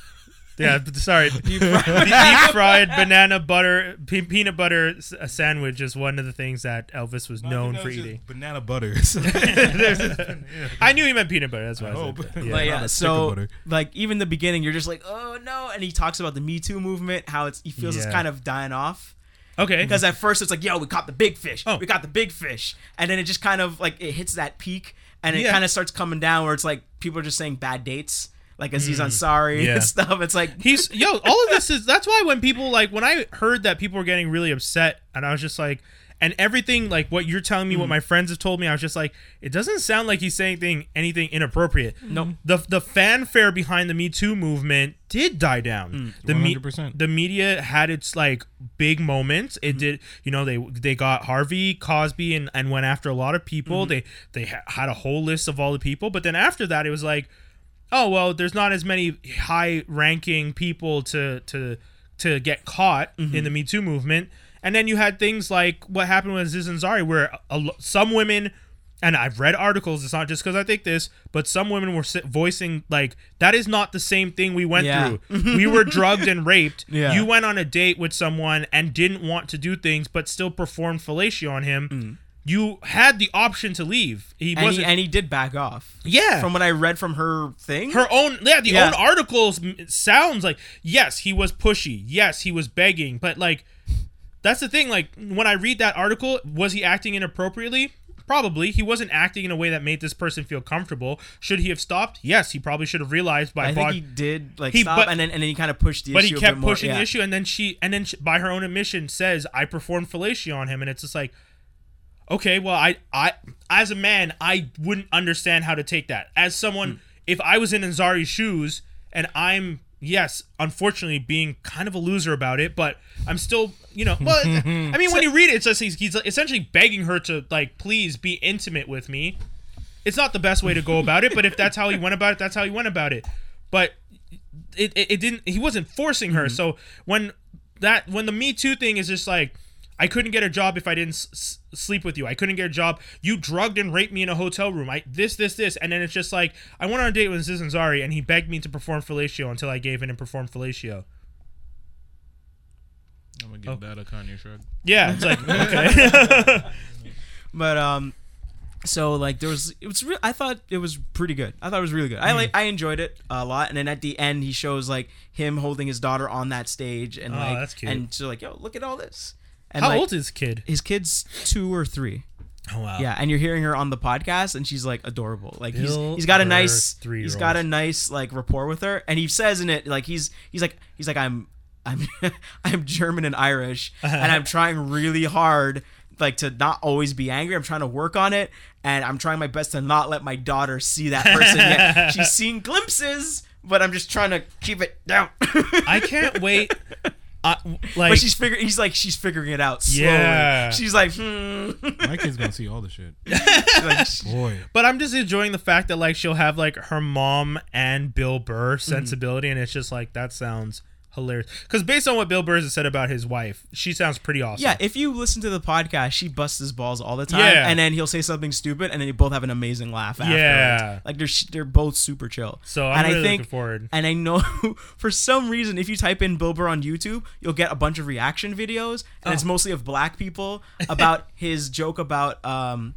yeah, but sorry. deep fried banana butter, pe- peanut butter s- a sandwich is one of the things that Elvis was known for eating. banana butter. So- I knew he meant peanut butter. That's why I, hope. said that. Yeah. But Not yeah, a sticker so butter. like even the beginning, you're just like, oh no, and he talks about the Me Too movement, how it's he feels Yeah. it's kind of dying off. Okay. Because at first it's like, yo, we caught the big fish, Oh. we got the big fish, and then it just kind of like it hits that peak, and it Yeah. kind of starts coming down where it's like people are just saying bad dates, like Aziz Ansari Mm. Yeah. and stuff. It's like He's yo, all of this is that's why when people like when I heard that people were getting really upset and I was just like and everything like what you're telling Mm. me, what my friends have told me, I was just like, it doesn't sound like he's saying thing, anything inappropriate. Nope. The the fanfare behind the Me Too movement did die down. Mm. The me- 100%. the media had its like big moments. It did, you know, they they got Harvey Cosby and and went after a lot of people. They they ha- had a whole list of all the people, but then after that, it was like, oh well, there's not as many high ranking people to to to get caught in the Me Too movement. And then you had things like what happened with Aziz Ansari, where a, lo- some women and I've read articles. It's not just because I think this, but some women were si- voicing like that is not the same thing we went Yeah. through. we were drugged and raped. Yeah. You went on a date with someone and didn't want to do things, but still performed fellatio on him. You had the option to leave. He Mm. and he, wasn't. and he did back off. Yeah. From what I read from her thing. her own yeah the Yeah. own articles m- sounds like yes he was pushy yes he was begging but like that's the thing like when i read that article was he acting inappropriately probably he wasn't acting in a way that made this person feel comfortable should he have stopped yes he probably should have realized by I think bod- he did like He- stop but- and then and then he kind of pushed the but he issue. a kept bit more. pushing yeah. the issue and then she and then she, by her own admission says i performed fellatio on him and it's just like okay well i i as a man i wouldn't understand how to take that as Hmm. someone if i was in anzari's shoes and i'm yes unfortunately being kind of a loser about it but i'm still you know well i mean when you read it it's just he's, he's essentially begging her to like please be intimate with me it's not the best way to go about it, but if that's how he went about it, that's how he went about it. But it, it, it didn't he wasn't forcing her. So when that when the Me Too thing is just like I couldn't get a job if I didn't s- s- sleep with you. I couldn't get a job. You drugged and raped me in a hotel room. I this this this, and then it's just like I went on a date with Aziz Ansari, and he begged me to perform fellatio until I gave in and performed fellatio. I'm gonna Oh. give that a Kanye shrug. Yeah, it's like okay. But um, so like there was it was re- I thought it was pretty good. I thought it was really good. I Mm. like I enjoyed it a lot. And then at the end, he shows like him holding his daughter on that stage and Oh, like that's cute. and so like yo look at all this. And, how like, old is kid? His kid's two or three. Oh wow. Yeah, and you're hearing her on the podcast, and she's like adorable. Like he's Bill he's got a Burr, nice three-year-old. he's got a nice like rapport with her, and he says in it like he's he's like he's like I'm I'm I'm German and Irish, and I'm trying really hard like to not always be angry. I'm trying to work on it, and I'm trying my best to not let my daughter see that person yet. She's seen glimpses, but I'm just trying to keep it down. I can't wait. I, like But she's figure he's like she's figuring it out slowly. Yeah. She's like hmm. My kid's gonna see all the shit. Like, Boy, But I'm just enjoying the fact that like she'll have like her mom and Bill Burr sensibility, and it's just like that sounds hilarious. Because based on what Bill Burr has said about his wife, she sounds pretty awesome. Yeah, if you listen to the podcast, she busts his balls all the time, Yeah. and then he'll say something stupid, and then you both have an amazing laugh. Afterwards. Yeah. like they're sh- they're both super chill. So I'm and really I think, looking forward. And I know for some reason, if you type in Bill Burr on YouTube, you'll get a bunch of reaction videos, Oh. and it's mostly of black people about his joke about um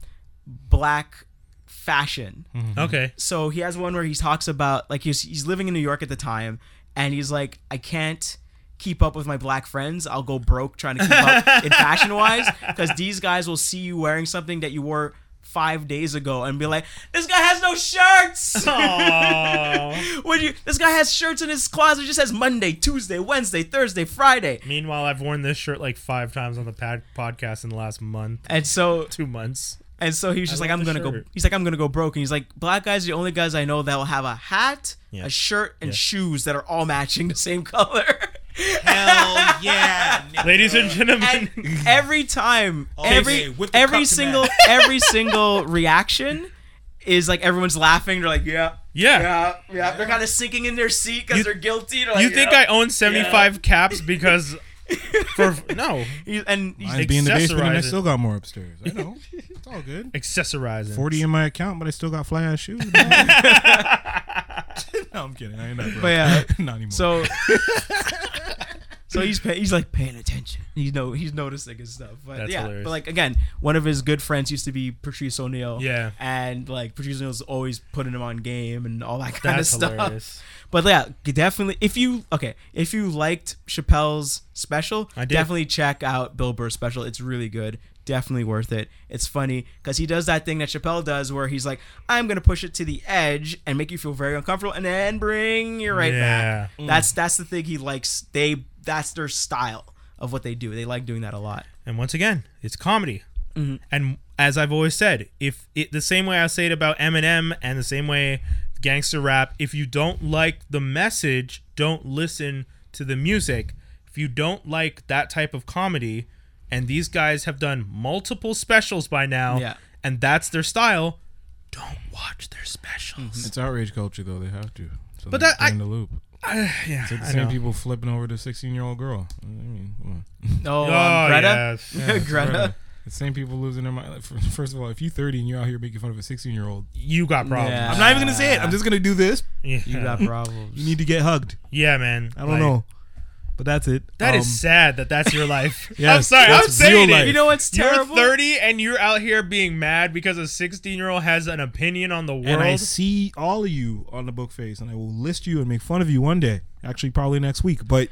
black fashion Okay. so he has one where he talks about like he's he's living in New York at the time, and he's like, I can't keep up with my black friends. I'll go broke trying to keep up in fashion wise because these guys will see you wearing something that you wore five days ago and be like, this guy has no shirts. Aww. Would you? This guy has shirts in his closet. It just says Monday, Tuesday, Wednesday, Thursday, Friday. Meanwhile, I've worn this shirt like five times on the pad- podcast in the last month, And so two months. And so he was just I like, love I'm the gonna go. shirt. He's like, I'm gonna go broke. And he's like, black guys are the only guys I know that will have a hat, Yeah. a shirt, and shoes that are all matching the same color. Hell yeah. nigga. Ladies and gentlemen, and every time, every day, with the every cup to single every single reaction is like everyone's laughing. They're like, yeah, Yeah. yeah, yeah. They're kind of sinking in their seat because You- they're guilty. you think I own 75 caps because for no I? And he's, mine's being the basement, and Accessorize I it. still got more upstairs. I know, it's all good. accessorizing? 40 in my account, but I still got fly ass shoes. no, I'm kidding. I ain't that broke. But yeah, not anymore. So, so he's pay, he's like paying attention. He's no he's noticing his stuff. But That's yeah, hilarious. but like again, one of his good friends used to be Patrice O'Neill. Yeah. and like Patrice O'Neill's always putting him on game and all that kind That's of stuff. hilarious. But yeah, definitely if you okay if you liked Chappelle's special, I did. definitely check out Bill Burr's special. It's really good. Definitely worth it. It's funny because he does that thing that Chappelle does where he's like, I'm gonna push it to the edge and make you feel very uncomfortable and then bring you right back. Mm. That's that's the thing he likes. They that's their style of what they do. They like doing that a lot. And once again, it's comedy. And as I've always said, if it, the same way I say it about Eminem and the same way gangster rap, if you don't like the message, don't listen to the music. If you don't like that type of comedy, and these guys have done multiple specials by now, Yeah. and that's their style, don't watch their specials. it's outrage culture, though. They have to. So But they're that- I- in the loop. yeah, It's like the same people flipping over the 16 year old girl. I mean, come on. Oh, Oh, um, Greta, yes. Greta. The same people losing their mind. Like, fir- First of all, if you're 30 and you're out here making fun of a 16 year old, You got problems. Yeah. I'm not even gonna say it. I'm just gonna do this. Yeah, You got problems. You need to get hugged. Yeah, man. I don't Like, know. But that's it. That is Um, sad that that's your life. I'm yes, sorry, that's I'm saying real it. life. You know what's You're terrible? 30 and you're out here being mad because a 16 year old has an opinion on the world. And I see all of you on the book face, and I will list you and make fun of you one day. Actually, probably next week. But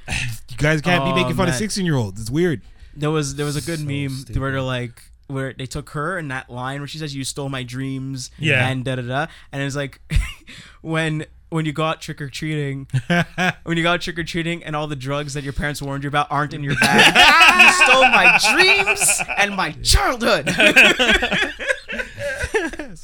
you guys can't Oh, be making fun of man. sixteen-year-olds. It's weird. There was there was a good meme stupid. where they're like where they took her and that line where she says you stole my dreams Yeah. and da da da and it's like when when you go out trick or treating when you go out trick or treating and all the drugs that your parents warned you about aren't in your bag you stole my dreams and my childhood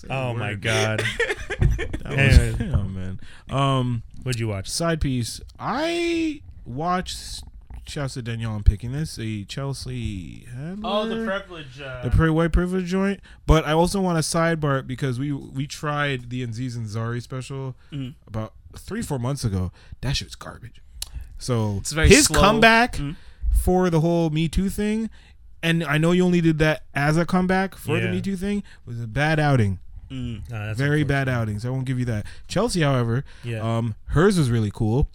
oh my god. That was- Anyway. oh man. Um, What'd you watch? side piece. I watched Chelsea Danielle. I'm picking this. The Chelsea. Handler? Oh, privilege. Uh, the pretty white privilege joint. But I also want to sidebar it because we we tried the Nziz and Zari special Mm-hmm. about three four months ago. That shit's garbage. So It's very his slow. Mm-hmm. comeback for the whole Me Too thing, and I know you only did that as a comeback for the Yeah. Me Too thing, was a bad outing. Very bad outings. I won't give you that. Chelsea, however, Yeah. um, hers was really cool.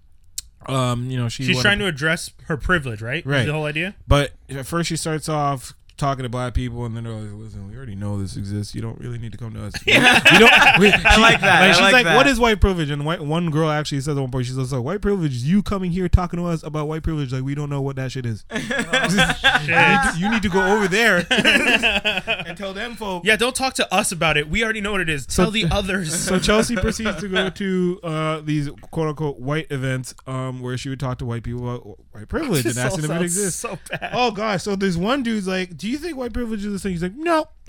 Um, you know, she She's went trying to up- address her privilege, right? Right. The whole idea. but at first, she starts off talking to black people, and then they're like, "Listen, we already know this exists. You don't really need to come to us." We, we don't. we- she- like that. I she's like like, that. "What is white privilege?" And white, one girl actually says at one point, she's just like, "White privilege? is You coming here talking to us about white privilege? Like we don't know what that shit is. you, need to, you need to go over there and tell them folks." Yeah, don't talk to us about it. We already know what it is. Tell the others. So Chelsea proceeds to go to uh, these quote unquote white events um, where she would talk to white people about white privilege and This all asking if it sounds exists. So bad. Oh gosh! So this one dude's like, "Do you think white privilege is a thing?" He's like, "No."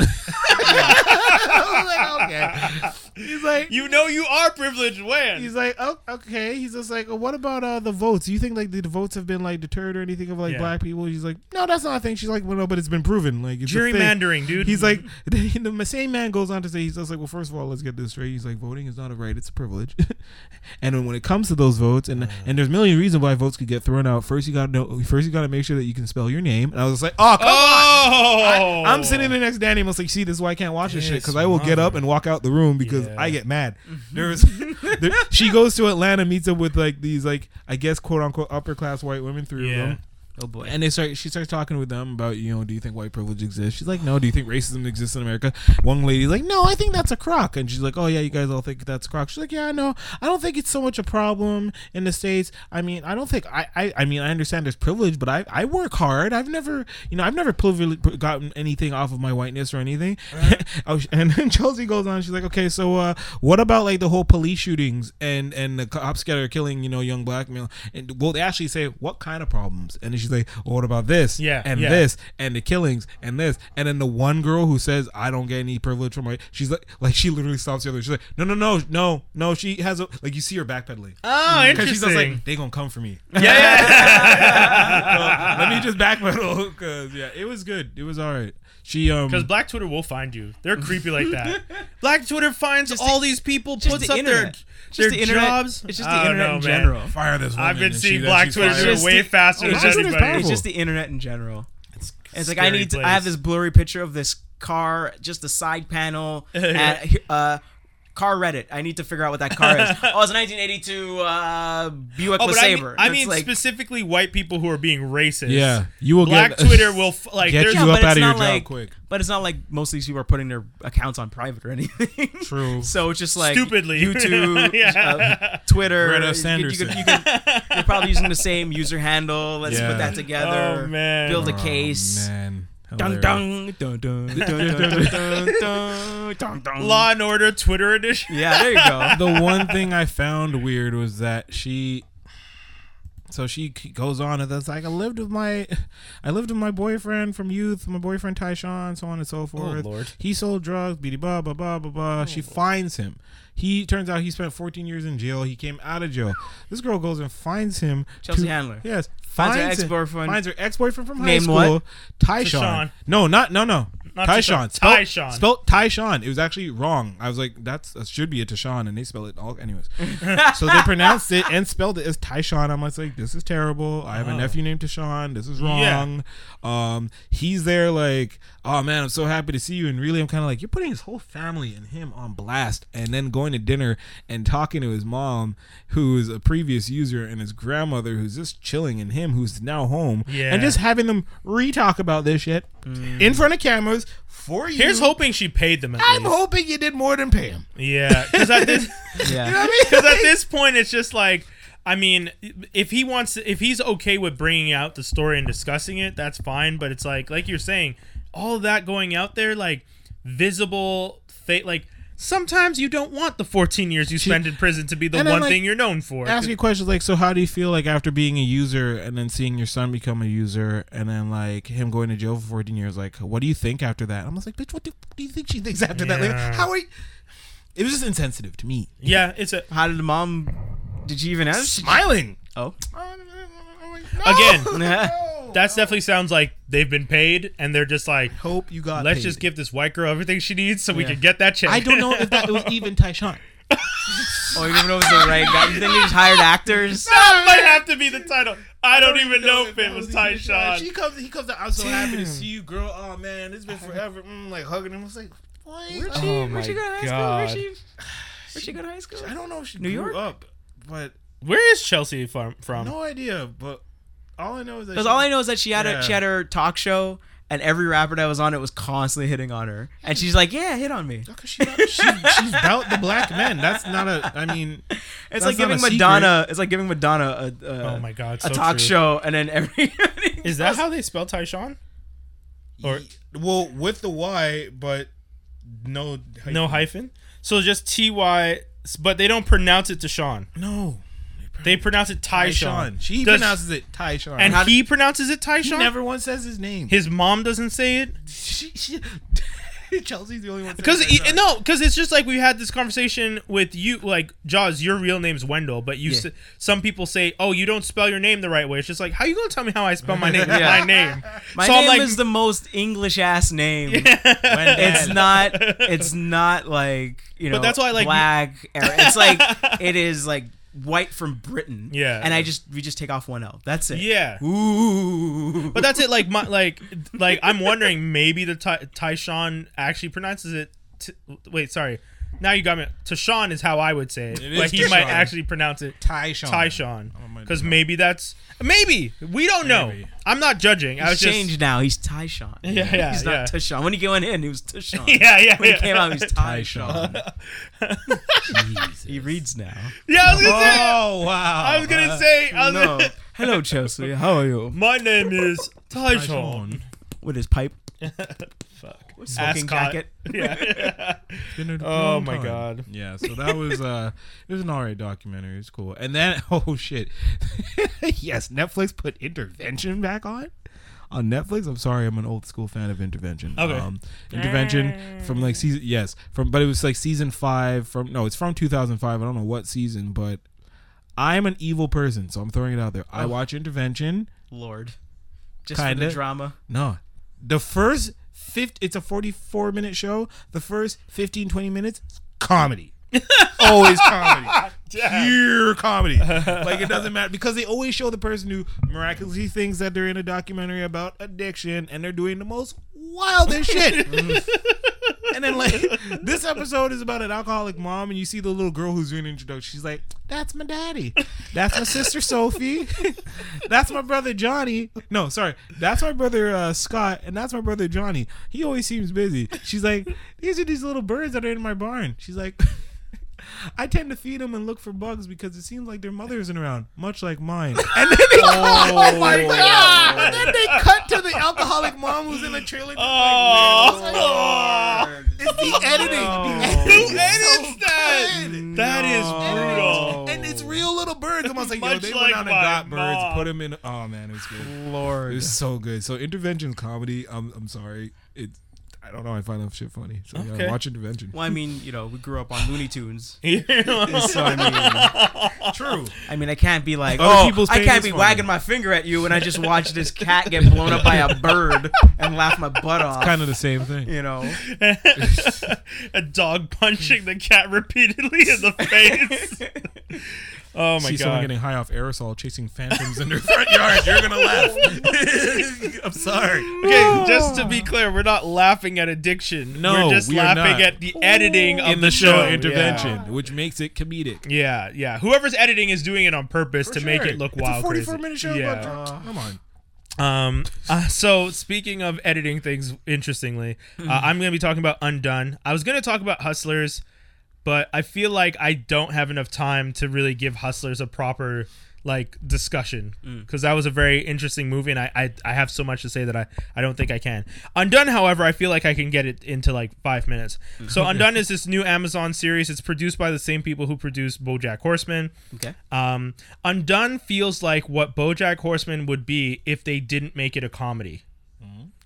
He's like, You know you are privileged when. he's like, "Oh, okay." He's just like, "What about uh, the votes? Do you think like the votes have been like deterred or anything of like Yeah. black people?" He's like, "No, that's not a thing." She's like, "Well, no, but it's been proven. Like it's a thing." Gerrymandering, dude. He's like, the, the same man goes on to say, he's just like, well, first of all, let's get this straight. He's like, voting is not a right; it's a privilege. and then when it comes to those votes, Uh. and and there's a million reasons why votes could get thrown out. First, you got to know. First, you got to make sure that you can spell your name. And I was just like, oh, come oh, I'm sitting the next day and was like, see, this is why I can't watch this shit Yes, because I will get up mother. and walk out the room Yeah. because Mm-hmm. I get mad. There's, there, she goes to Atlanta, meets up with like these like I guess quote unquote upper class white women, three Yeah. of them. oh boy And they start. She starts talking with them about, you know, do you think white privilege exists? She's like, no. Do you think racism exists in America? One lady's like, no, I think that's a crock. And she's like, oh yeah, you guys all think that's a crock. She's like, yeah, I know. I don't think it's so much a problem in the states. I mean, I don't think I. I, I mean, I understand there's privilege, but I, I work hard. I've never, you know, I've never privilege gotten anything off of my whiteness or anything. Oh, sh- and then Chelsea goes on. She's like, okay, so uh, what about like the whole police shootings and and the cops that are killing you know young black male? And well, they actually say what kind of problems? And then she's like, well, what about this? Yeah, and yeah. this and the killings and this and then the one girl who says I don't get any privilege from my. She's like, like she literally stops the other. She's like, no, no, no, no, no. She has a like you see her backpedaling. Oh, interesting. Because she's just like, they gonna come for me. yeah. Let me just backpedal. Because yeah, it was good. It was all right. She um. Because Black Twitter will find you. They're creepy like that. Black Twitter finds all these people, just puts the up their, internet. Just their the internet- jobs. it's just the I don't internet in man. general. Fire this woman. I've been and seeing she- Black she's Twitter fired. just way the- faster Black than Twitter's anybody. powerful. it's just the internet in general It's like I Scary need. To, place. I have this blurry picture of this car, just the side panel at uh, car Reddit. I need to figure out what that car is. Oh, it's a 1982 uh, Buick Oh, but I mean, LeSabre. I It's mean like, specifically white people who are being racist. Yeah, you will Black get Twitter will f- like. Get There's, you but up it's out of your not job like, quick. But it's not like most of these people are putting their accounts on private or anything. True. So it's just like Stupidly. YouTube, Yeah. uh, Twitter. Greta You could- You Sanderson. could, you could, you're probably using the same user handle. Let's Yeah. put that together. Oh, man. Build a case. man. Dun dun dun dun dun dun dun dun dun dun. Law and Order Twitter edition. Yeah, there you go. The one thing I found weird was that she. So she c- goes on and that's like I lived with my, I lived with my boyfriend from youth, my boyfriend Tyshawn, so on and so forth. Lord. He sold drugs, blah blah blah blah blah. blah. she finds him. He turns out he spent 14 years in jail. He came out of jail. This girl goes and finds him. Chelsea Handler. Yes. Finds her him- ex-boyfriend. Finds her ex boyfriend from high Named school. what? Tyshawn. Tashawn. No, not no no. Not Tyshawn. Tyshawn. Tyshawn. Spelt- Spelt Tyshawn. It was actually wrong. I was like, that's that should be a Tyshawn, and they spell it all. Anyways, so they pronounced it and spelled it as Tyshawn. I'm just like, this is terrible. I have a nephew named Tyshawn. This is wrong. Um, he's there like, oh man, I'm so happy to see you. And really, I'm kind of like, you're putting his whole family and him on blast, and then going to dinner and talking to his mom, who is a previous user, and his grandmother, who's just chilling, and him, who's now home, Yeah. Mm. and just having them re-talk about this shit in front of cameras for you. Here's hoping she paid them at I'm least. hoping you did more than pay him. Yeah, because at this Yeah. because at this point it's just like I mean, if he wants, to, if he's okay with bringing out the story and discussing it, that's fine. But it's like like you're saying, all that going out there, like visible, fa- like. Sometimes you don't want the 14 years you spend in prison to be the And then, one like, thing you're known for. Ask me questions like, so how do you feel like after being a user and then seeing your son become a user and then like him going to jail for 14 years? Like, what do you think after that? I'm just like, bitch, what do, what do you think she thinks after that? Yeah. Like, how are you? It was just insensitive to me. Yeah, it's a How did the mom? Did she even ask? Smiling. Oh, I'm like, no, Again, no. that's definitely sounds like they've been paid and they're just like, hope you got. let's paid. just give this white girl everything she needs so we Yeah. can get that check. I don't know if that was e- even Tyshawn. oh, you don't know if it's the right guy. You think they just hired actors? that might have to be the title. I don't even know if it was She Tyshawn. comes. He comes. Out, I'm so happy to see you, girl. Oh man, it's been forever. Mm, like hugging him. I was like, what? Where'd she, Oh my where'd she go to high God. school? Where'd she, where'd she go to high school? I don't know if she New grew York? up, but Where is Chelsea from? from? no idea. But all I know is that Because she- all I know is that she had Yeah. a, she had her talk show, and every rapper that was on it was constantly hitting on her, and she's like, "Yeah, hit on me." How could she not- she- she's about the black men. That's not a. I mean, It's That's like not a giving secret. Madonna. It's like giving Madonna a, a Oh my God, a so talk true. show, and then every Is that how they spell Tyshawn? Or- well, with the Y, but no, hyphen. No hyphen. So just T Y, but they don't pronounce it Tyshawn. no. They pronounce it Tyshawn. Tyshawn. She Does- pronounces it Tyshawn. and How he pronounces it she Tyshawn. never once says his name. His mom doesn't say it. she, she, Chelsea's the only one. Because e, saying Tyshawn. no, because it's just like we had this conversation with you, like Jaws. Your real name's Wendell, but you. s- some people say, "Oh, you don't spell your name the right way." It's just like, how you gonna tell me how I spell my name? Yeah. My name. My so name I'm like, is the most English ass name. Wendell. It's not. It's not like you know. that's why I like- black. Era. It's like it is like white from Britain. Yeah. and I just we just take off one L. That's it. yeah. Ooh. But that's it. Like my like like I'm wondering maybe the Ty- Tyshawn actually pronounces it. T- wait, sorry. Now you got me. Tyshawn is how I would say it. It is Like he might Tyshawn. actually pronounce it Tyshawn. Tyshawn might because not. maybe that's maybe we don't know. Maybe. I'm not judging. I He's was just changed now. He's Tyshawn. Yeah, yeah, He's not yeah. Tyshawn. When he came in, he was Tyshawn. yeah, yeah. When he yeah. came out, he was Tyshawn. Tyshawn. he reads now. Yeah, I was gonna say. Oh wow! I was gonna say. I was No. gonna- Hello, Chelsea. How are you? my name is Uh, Tyshawn. With his pipe, Fuck. smoking Ascot. jacket. Yeah. Been a Oh, long my time. God. Yeah, so that was uh it was an alright documentary. It's cool. And then oh shit. yes, Netflix put intervention back on. On Netflix, I'm sorry, I'm an old school fan of Intervention. Um, Okay. intervention from like season yes, from but it was like season five from no, it's from 2005. I don't know what season, but I'm an evil person, so I'm throwing it out there. Oh. I watch Intervention. Lord. Just for Kinda. the drama. No. The first 50, it's a 44 minute show. The first 15, 20 minutes, comedy. always comedy. Pure comedy. Like it doesn't matter because they always show the person who miraculously thinks that they're in a documentary about addiction and they're doing the most wildest shit. and then like this episode is about an alcoholic mom and you see the little girl who's doing the introduction. She's like, "That's my daddy. That's my sister Sophie. that's my brother Johnny. No, sorry. That's my brother uh, Scott and that's my brother Johnny. He always seems busy." She's like, "These are these little birds that are in my barn." She's like. I tend to feed them and look for bugs because it seems like their mother isn't around, much like mine. And then they, oh, my Ah! god! And then they cut to the alcoholic mom who's in the trailer. just Oh. like, it's the editing. The Who editing is edits so that? good. That is brutal. And it's real little birds. I'm like, yo, Much they like went out and my got birds, mom. put them in. Oh man, it was good. It Lord. was so good. So intervention comedy. I'm I'm sorry. It. I don't know. I find that shit funny. So Okay. yeah, watch Intervention. Well, I mean, you know, we grew up on Looney Tunes, yeah. so I mean, True. I mean, I can't be like, Other oh, people's I pain can't is be funny. wagging my finger at you when I just watched this cat get blown up by a bird and laugh my butt off. Kind of the same thing. you know, a dog punching the cat repeatedly in the face. Oh my See someone god! getting high off aerosol, chasing phantoms in their front yard. You're gonna laugh. I'm sorry. Okay, just to be clear, we're not laughing at addiction. No, we're just we are laughing not. at the editing of In the show yeah. Intervention, which makes it comedic. Yeah, yeah. Whoever's editing is doing it on purpose to make it look it's wild. A 44 crazy. minute show. Yeah. about drugs. Come on. Um. uh, so speaking of editing things, interestingly, uh, I'm going to be talking about Undone. I was going to talk about Hustlers, but I feel like I don't have enough time to really give Hustlers a proper like discussion because that was a very interesting movie, and I, I I have so much to say that I I don't think I can. Undone, however, I feel like I can get it into like five minutes. So Undone is this new Amazon series. It's produced by the same people who produced BoJack Horseman. okay, Um, Undone feels like what BoJack Horseman would be if they didn't make it a comedy.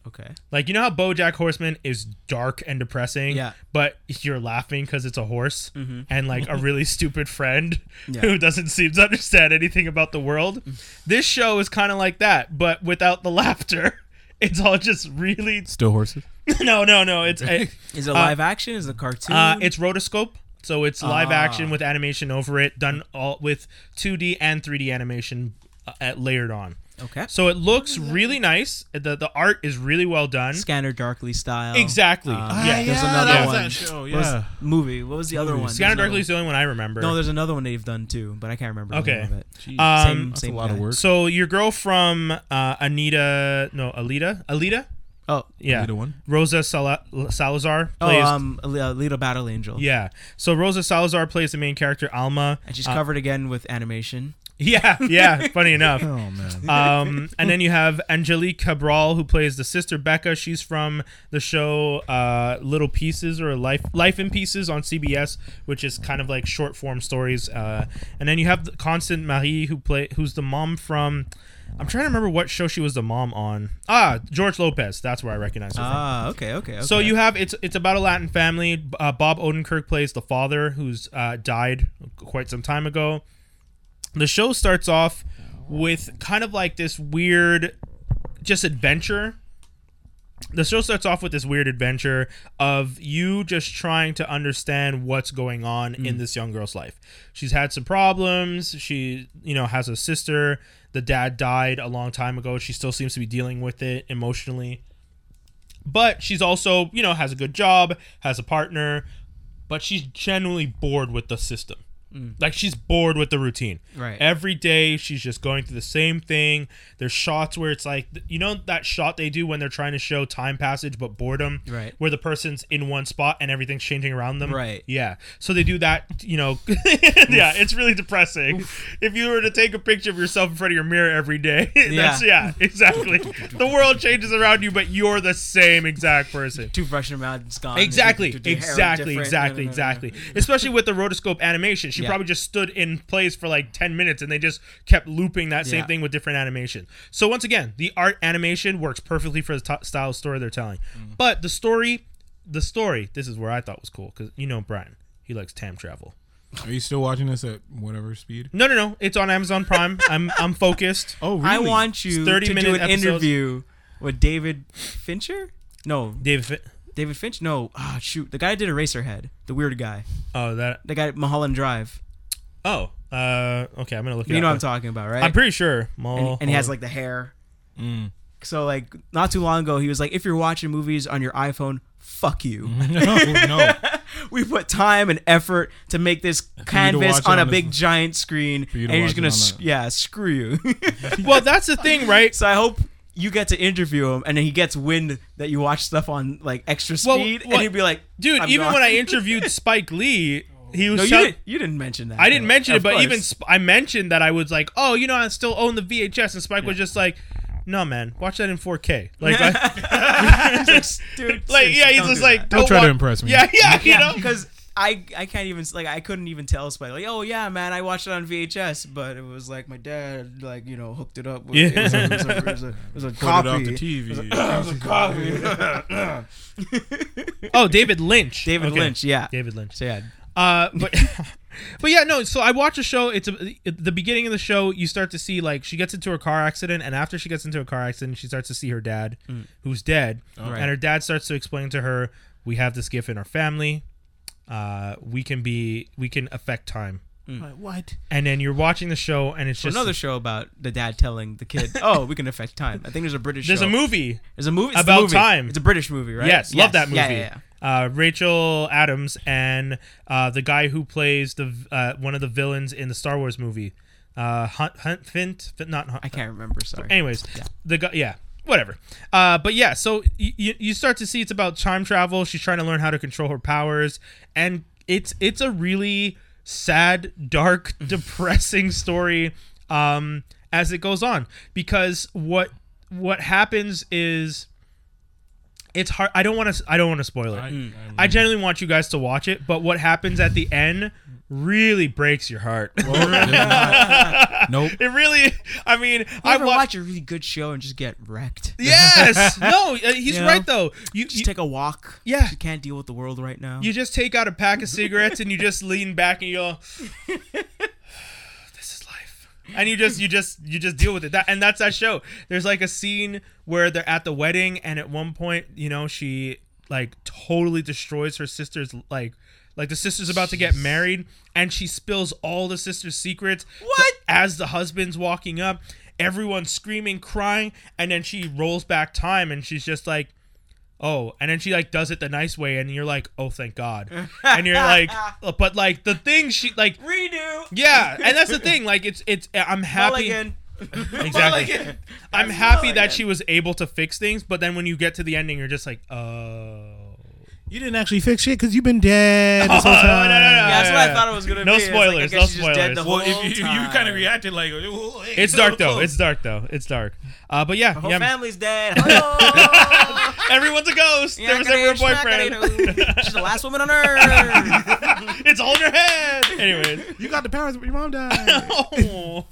okay, Like you know how BoJack Horseman is dark and depressing, Yeah. Mm-hmm. But you're laughing because it's a horse and like a really stupid friend Yeah. Mm. who doesn't seem to understand anything about the world. This show is kind of like that, but without the laughter. It's all just really Still horses. no, no, no. It's it, is it live action? Is it a cartoon? uh, it's rotoscope, so it's live Ah. action with animation over it, done all with 2D and 3D animation uh, uh, layered on. okay, So it looks really nice. The the art is really well done. Scanner Darkly style. Exactly. Ah, Uh, yeah. There's another that was one. that show, What was- yeah. movie. What was the other one? Scanner There's another Darkly is the only one I remember. one. No, there's another one they've done too, but I can't remember. The Okay. name of it. Um, same, That's same a lot of guy. work. so your girl from uh, Anita, no, Alita, Alita, Oh, yeah, Alita one. Rosa Sala- Salazar oh, plays. um, Al- Little Battle Angel. yeah, so Rosa Salazar plays the main character Alma. and she's Uh, covered again with animation. yeah, yeah. Funny enough, Oh man. um, and then you have Angelique Cabral, who plays the sister Becca. She's from the show uh, Little Pieces or Life Life in Pieces on CBS, which is kind of like short form stories. Uh, and then you have Constant Marie, who play who's the mom from. I'm trying to remember what show she was the mom on. Ah, George Lopez. That's where I recognize her. from. Ah, okay, okay, okay. So you have it's it's about a Latin family. Uh, Bob Odenkirk plays the father who's uh, died quite some time ago. The show starts off with kind of like this weird, just adventure. The show starts off with this weird adventure of you just trying to understand what's going on in this young girl's life. She's had some problems. She, you know, has a sister. The dad died a long time ago. She still seems to be dealing with it emotionally but she's also you know has a good job has a partner but she's genuinely bored with the system like she's bored with the routine Mm. Right. every day she's just going through the same thing there's shots where it's like you know that shot they do when they're trying to show time passage but boredom Right. where the person's in one spot and everything's changing around them Right. yeah so they do that you know yeah it's really depressing if you were to take a picture of yourself in front of your mirror every day that's yeah exactly the world changes around you but you're the same exact person toothbrushing them out, it's gone. Exactly, Hair exactly, exactly, different. No, no, no, no. exactly. Especially with the rotoscope animation, she Yeah. probably just stood in place for like ten minutes, and they just kept looping that same Yeah. thing with different animation. So once again, the art animation works perfectly for the t- style of story they're telling. Mm-hmm. But the story, the story, this is where I thought was cool because you know Brian, he likes time travel. Are you still watching this at whatever speed? No, no, no, it's on Amazon Prime. I'm I'm focused. Oh, I want you It's 30 to do minute an episodes. interview with David Fincher. No, David, Fi- David Finch. No, ah, shoot, the guy that did Eraserhead, the weird guy, oh that, the guy at Mulholland Drive. oh, uh, okay, I'm gonna look. It You know up. what I'm talking about, right? I'm Mm. pretty sure. and, and he has like the hair. So like not too long ago, he was like, "If you're watching movies on your iPhone, fuck Mm-hmm. you. no, no. We put time and effort to make this canvas watch it on a on this- big giant screen, you and to you're watch just it gonna, on s- that. yeah, screw you." well, that's the thing, right? So I hope you get to interview him, and then he gets wind that you watch stuff on like extra Well, speed, what- and he'd be like, dude. I'm even gone. when I interviewed Spike Lee, he was. no, you, tell- didn't, you didn't mention that. I didn't though. mention Of it, but course. even Sp- I mentioned that I was like, "Oh, you know, I still own the VHS," and Spike was just like, "No, man, watch that in 4K." Like, I- He's like, "S- dude, like yeah, seriously, he's don't just do like, that." Don't try to wa- impress me. Yeah, yeah, you yeah, know, because I I can't even like I couldn't even tell Spike like oh yeah man I watched it on VHS but it was like my dad like you know hooked it up with, it was a, it was a, it was a, it was a Put it off copy the TV. Oh, David Lynch. David Okay. Lynch yeah David Lynch. so yeah Uh, but but yeah, no. So I watch a show. It's a, at the beginning of the show. You start to see like she gets into a car accident, and after she gets into a car accident, she starts to see her dad, who's dead, Mm. Right. and her dad starts to explain to her, "We have this gift in our family. Uh, we can be, we can affect time." What? And then you're watching the show, and it's just Mm. another show about the dad telling the kid oh we can affect time I think there's a British There's show. a movie. there's a movie it's the about movie. time. it's a British movie right Yes, love that movie. Yeah, yeah, yeah. Uh, Rachel Adams and uh, the guy who plays the uh, one of the villains in the Star Wars movie, uh, Hunt Hunt Fint, Fin- not Hunt, I can't remember sorry Anyways, the guy, yeah, whatever. Uh, but yeah, so y- y- you start to see it's about time travel. She's trying to learn how to control her powers, and it's it's a really sad, dark, depressing story um, as it goes on because what what happens is it's hard. I don't want to. I don't want to spoil it. I, genuinely want you guys to watch it, but what happens at the end really breaks your heart. Nope. it really. I mean, I I ever watched. watch a really good show and just get wrecked Yes. No, uh, he's You know? right though. You just you, take a walk Yeah. you can't deal with the world right now you just take out a pack of cigarettes and you just lean back and you go, "This is life." And you just you just you just deal with it. That and that's that show. There's like a scene where they're at the wedding and at one point, you know, she like totally destroys her sister's like like the sister's about to get married and she spills all the sister's secrets. What? As the husband's walking up, everyone's screaming, crying, and then she rolls back time and she's just like oh and then she like does it the nice way and you're like oh thank god and you're like but like the thing she like redo yeah and that's the thing like it's it's i'm happy Mulligan. exactly i'm happy that Mulligan. she was able to fix things but then when you get to the ending you're just like oh You didn't actually fix shit because you've been dead this whole Oh, no, no, no, time. no. Yeah, that's what I yeah. thought it was gonna No be. It's like, I spoilers, guess no she's just dead the spoilers. Oh, Well, whole if you, you time. kind of reacted like "Oh, hey, it's dark though close." it's dark though it's dark uh but yeah, Whole yeah family's dead. Hello. everyone's a ghost there was never a boyfriend She's the last woman on earth. it's all in your head anyways You got the powers, but your mom died. oh.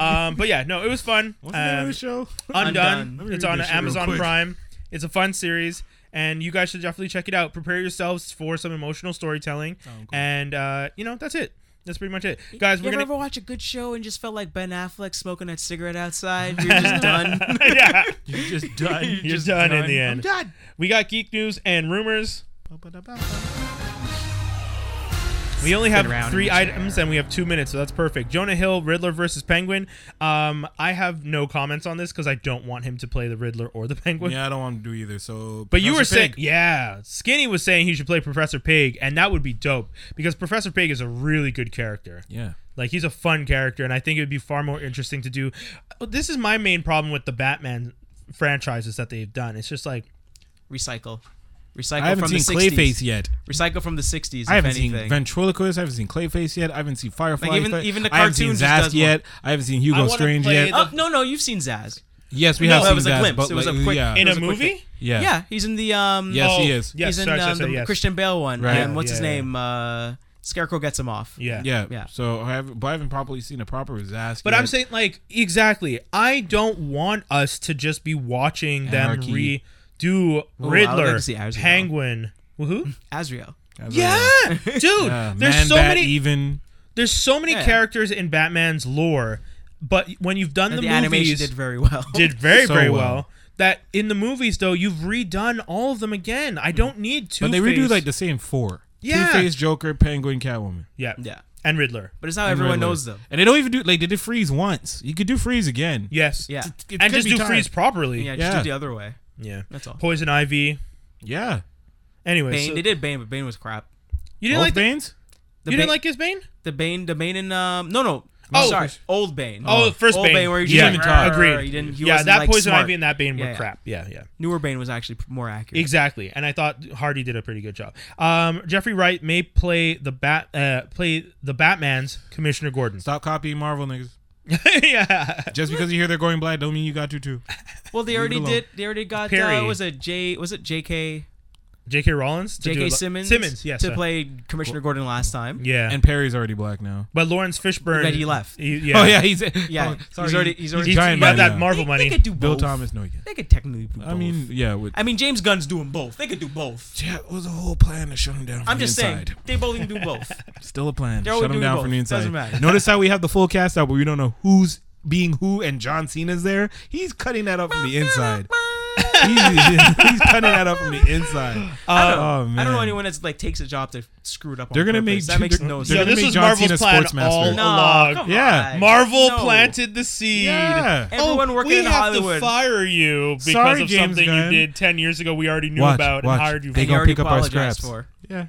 um but yeah no it was fun What's the name of Um, this show? Undone. Undone. It's read on this shit real Amazon quick. Prime. It's a fun series, and you guys should definitely check it out. Prepare yourselves for some emotional storytelling, and uh, you know that's it. That's pretty much it, guys. You We're ever, gonna ever watch a good show and just felt like Ben Affleck smoking that cigarette outside? You're just done. yeah, You're just done. You're, you're just done, in the end. God. We got geek news and rumors. We only have around three in the items and we have two minutes, so that's perfect. Jonah Hill, Riddler versus Penguin. Um, I have no comments on this because I don't want him to play the Riddler or the Penguin. Yeah, I don't want to do either. So, But you were Professor saying, Pig. yeah, Skinny was saying he should play Professor Pig, and that would be dope because Professor Pig is a really good character. yeah, Like he's a fun character, and I think it would be far more interesting to do. This is my main problem with the Batman franchises that they've done. It's just like, Recycle. Recycle I haven't from seen the 60s. Clayface yet. Recycle from the 60s, I if haven't anything. seen Ventriloquist. I haven't seen Clayface yet. I haven't seen Firefly. Like, even- yet. even the I haven't seen cartoon just Zast does yet. I haven't seen I Hugo wanna Strange play yet. the- Oh, no, no, you've seen Zaz. Yes, we No, have it seen was a Zast, glimpse. but It was like, a quick- yeah. in was Uh, a a quick movie? yeah, Yeah, he's in the um. Yes, Oh, he is. Yes, he's in sorry, sorry, um, sorry, the yes. Christian Bale one. Right. And what's Yeah, his yeah, name? Uh, Scarecrow gets him off. yeah, yeah, Yeah. So I haven't, but I haven't properly seen a proper Zast. But yet. I'm saying, like, exactly. I don't want us to just be watching Anarchy. them redo like Riddler, to see Azrael. Penguin. Woohoo! Azrael. That's what I- Yeah, dude. Yeah, there's Man so Bat many. Even There's so many Yeah. characters in Batman's lore, but when you've done And the, the, movies, animation did very well. did very So very well. well. That in the movies though, you've redone all of them again. Mm. I don't need two. but they redo like the same four. Yeah. Two Face, Joker, Penguin, Catwoman. yeah, Yeah. and Riddler. But it's how everyone Riddler. knows them. and they don't even do like they did freeze once. You could do freeze again. Yes, Yeah. It and could just be do time. freeze properly. Yeah, Yeah, just Yeah. do the other way. That's all. Poison Ivy. Yeah, Anyway, Bane. so- they did Bane, but Bane was crap. you both didn't like the- Banes. The you didn't Bane- like his Bane. the Bane, the Bane in um, no, no. Oh. sorry, old Bane. Oh, the first old Bane. where you Yeah, didn't talk. Agreed. He didn't. He yeah, wasn't, that like, Poison smart. Ivy and that Bane were Yeah, yeah. crap. Yeah, yeah. Newer Bane was actually p- more accurate. Exactly, and I thought Hardy did a pretty good job. Um, Jeffrey Wright may play the bat, uh, play the Batman's Commissioner Gordon. Stop copying Marvel niggas. yeah, Just because you hear they're going black, don't mean you got to too. Well, they already uh, alone. did. They already got. Perry. Uh, was it J? Was it J.K. J.K. Rollins, to do J.K. it li- Simmons, Simmons, yes, to sir. play Commissioner Gordon last time. yeah, And Perry's already black now. but Lawrence Fishburne, But he left. He- yeah. Oh yeah, he's Yeah, oh, sorry, he's already he's already he's giant got man that now. Marvel they, money. They could do Bill both. Thomas. No, he can't. They could technically do both. I mean, yeah, with, I mean, James Gunn's doing both. They could do both. yeah, it was a whole plan to shut him down. From I'm just the saying inside. they both can do both. Still a plan. They're Shut only him doing down both. from the inside. Doesn't matter. Notice how we have the full cast out, but we don't know who's being who, and John Cena's there. He's cutting that up from the inside. he's, he's cutting that up from the inside. I, don't, oh, I don't know man. anyone that's like takes a job to screw it up. on They're gonna purpose. make that makes they're- no So sense. they're gonna this make is John Marvel's Cena plan sportsmaster. all No, along. come Yeah. on. Marvel No. planted the seed. Yeah. Everyone oh, working we in have Hollywood. to fire you because Sorry, of James something Gunn. you did ten years ago. We already knew Watch, about watch. and hired you. for. They They gonna already pick up our apologized scraps. for. Yeah,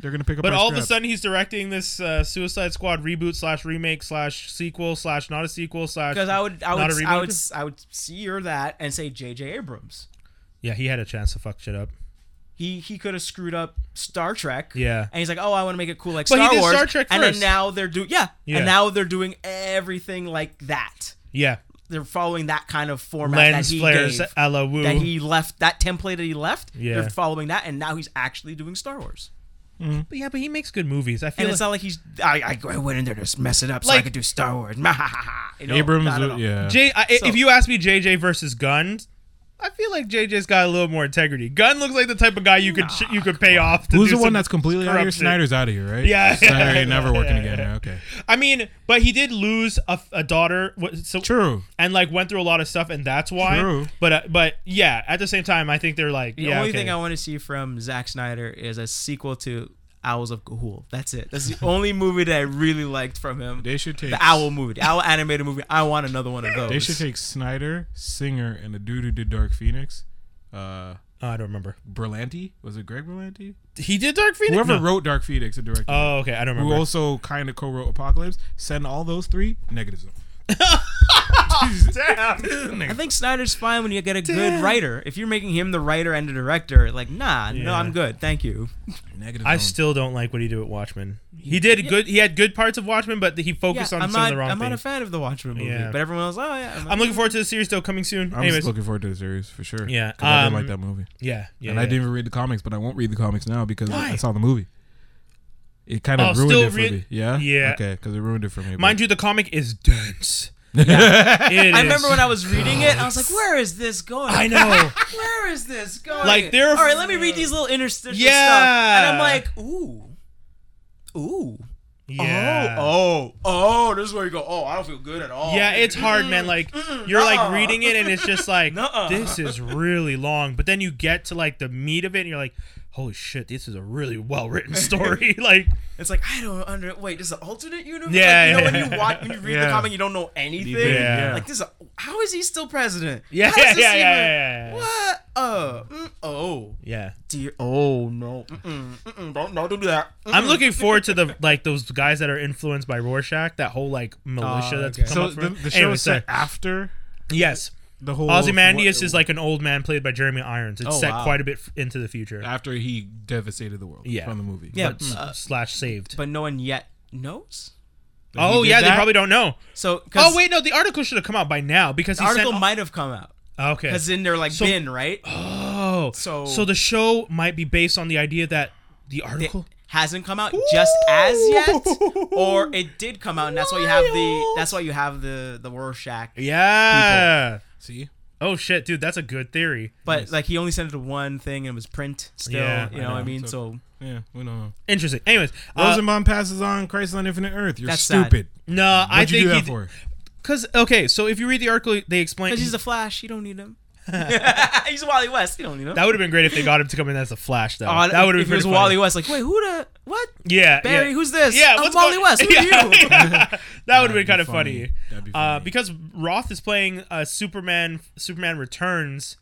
they're gonna pick up. But our all of a scraps. sudden, he's directing this uh, Suicide Squad reboot slash remake slash sequel slash not a sequel slash. Because I would, I not a would, reboot. I would, I would sear that and say J.J. Abrams. Yeah, he had a chance to fuck shit up. He he could have screwed up Star Trek. Yeah. And he's like, oh, I want to make it cool like But he Star did Wars. Star Trek and first. then now they're doing yeah, Yeah. and now they're doing everything like that. Yeah, They're following that kind of format lens that he flares gave. a la woo. That he left that template that he left. Yeah. They're following that, and now he's actually doing Star Wars. But yeah, but he makes good movies. I feel And like, it's not like he's I, I went in there to s- mess it up so I Like- could do Star Wars. you know, Abrams, not at all. yeah. J. I, So- if you ask me, JJ versus Gunn, I feel like JJ's got a little more integrity. Gunn looks like the type of guy you could you could pay off. To Who's do the one some that's completely out of here? corrupt shit. Snyder's out of here, right? Yeah. Snyder ain't never working Yeah, again. yeah. Okay, I mean, but he did lose a, a daughter, wh- so true. and like went through a lot of stuff, and that's why. True. But uh, but yeah, at the same time, I think they're like The yeah, only okay. thing I want to see from Zack Snyder is a sequel to Owls of Gahul. That's it. That's the only movie that I really liked from him. They should take the owl movie, the owl animated movie. I want another one of those. They should take Snyder, Singer, and the dude who did Dark Phoenix. Uh, Oh, I don't remember. Berlanti was it Greg Berlanti? He did Dark Phoenix. Whoever No. wrote Dark Phoenix and directed. it. Oh, okay. I don't who remember. also kind of co-wrote Apocalypse, send all those three negatives. I think Snyder's fine when you get a good writer. If you're making him the writer and the director, like nah, no, Yeah. I'm good, thank you. Negative. I zone. still don't like what he did with Watchmen. He did good. He had good parts of Watchmen, but he Yeah, focused on I'm some not, of the wrong I'm not a things. fan of the Watchmen movie, Yeah. but everyone else, oh yeah, I'm, I'm looking forward to the series though coming soon. I'm Anyways, just looking forward to the series for sure. Yeah, 'Cause I didn't um, like that movie, yeah, yeah. and I yeah. didn't even read the comics, but I won't read the comics now because Why? I saw the movie. It kind of Oh, ruined still it for read- me. Yeah. Yeah. Okay, because it ruined it for me. Mind you, the comic is dense. It I is. remember when I was reading it, I was like, where is this going? I know. Where is this going? Like, there are- All right, let me read these little interstitial Yeah. stuff, and I'm like, ooh, ooh. yeah. Oh, oh, oh, this is where you go. Oh, I don't feel good at all. Yeah, it's hard, man. Mm, Like you're like reading it, and it's just like Nuh-uh. this is really long. But then you get to like the meat of it, and you're like, "Holy shit, this is a really well written story." like, It's like I don't under. Wait, this is an alternate universe. Yeah, like, you know yeah. when you watch when you read Yeah. the comic, you don't know anything. Yeah. Like this. Is how is he still president? yeah, How yeah, does this yeah, yeah, even- yeah, yeah, What? Uh, mm, oh yeah. dear. Oh no. Mm-mm, mm-mm, don't don't do that. Mm. Mm-hmm. I'm looking forward to the like those guys that are influenced by Rorschach, that whole like militia Oh, that's okay. come Ah, so up the, from. the show Anyway, is sorry. set after yes, the whole Ozymandias what- is like an old man played by Jeremy Irons. It's Oh, set wow. quite a bit f- into the future. after he devastated the world Yeah. from the movie. Yeah, but s- uh, slash saved. but no one yet knows. oh did yeah, they that? probably don't know. So 'cause Oh wait, no, the article should have come out by now because the he article sent. Oh, might have come out okay, because in their like So- bin right Oh, So- so the show might be based on the idea that the article. hasn't come out just as yet, or it did come out and that's why you have the Wild. that's why you have the the Rorschach yeah. See, Oh shit, dude, that's a good theory. But like he only sent it to one thing and it was print still. Yeah, you know, I what I know. mean, So- so yeah, we don't know. Interesting. Anyways, uh, Rosenbaum passes on Christ on Infinite Earth. You're That's sad. stupid. no, I What'd think you he do that d- for? Cause okay, so if you read the article, they explain because he's a Flash, you don't need him. he's Wally West, you don't need him. that would have been great if they got him to come in as a Flash though. Oh, that would have if been it was pretty Wally funny. West. Like, wait, who the what? Yeah, Barry, yeah. who's this? Yeah, I'm what's Wally going- West. Who Yeah, are you? yeah. That would have That'd been be kind of funny. funny. That'd be Uh, funny. because Roth is playing uh, Superman, Superman Returns,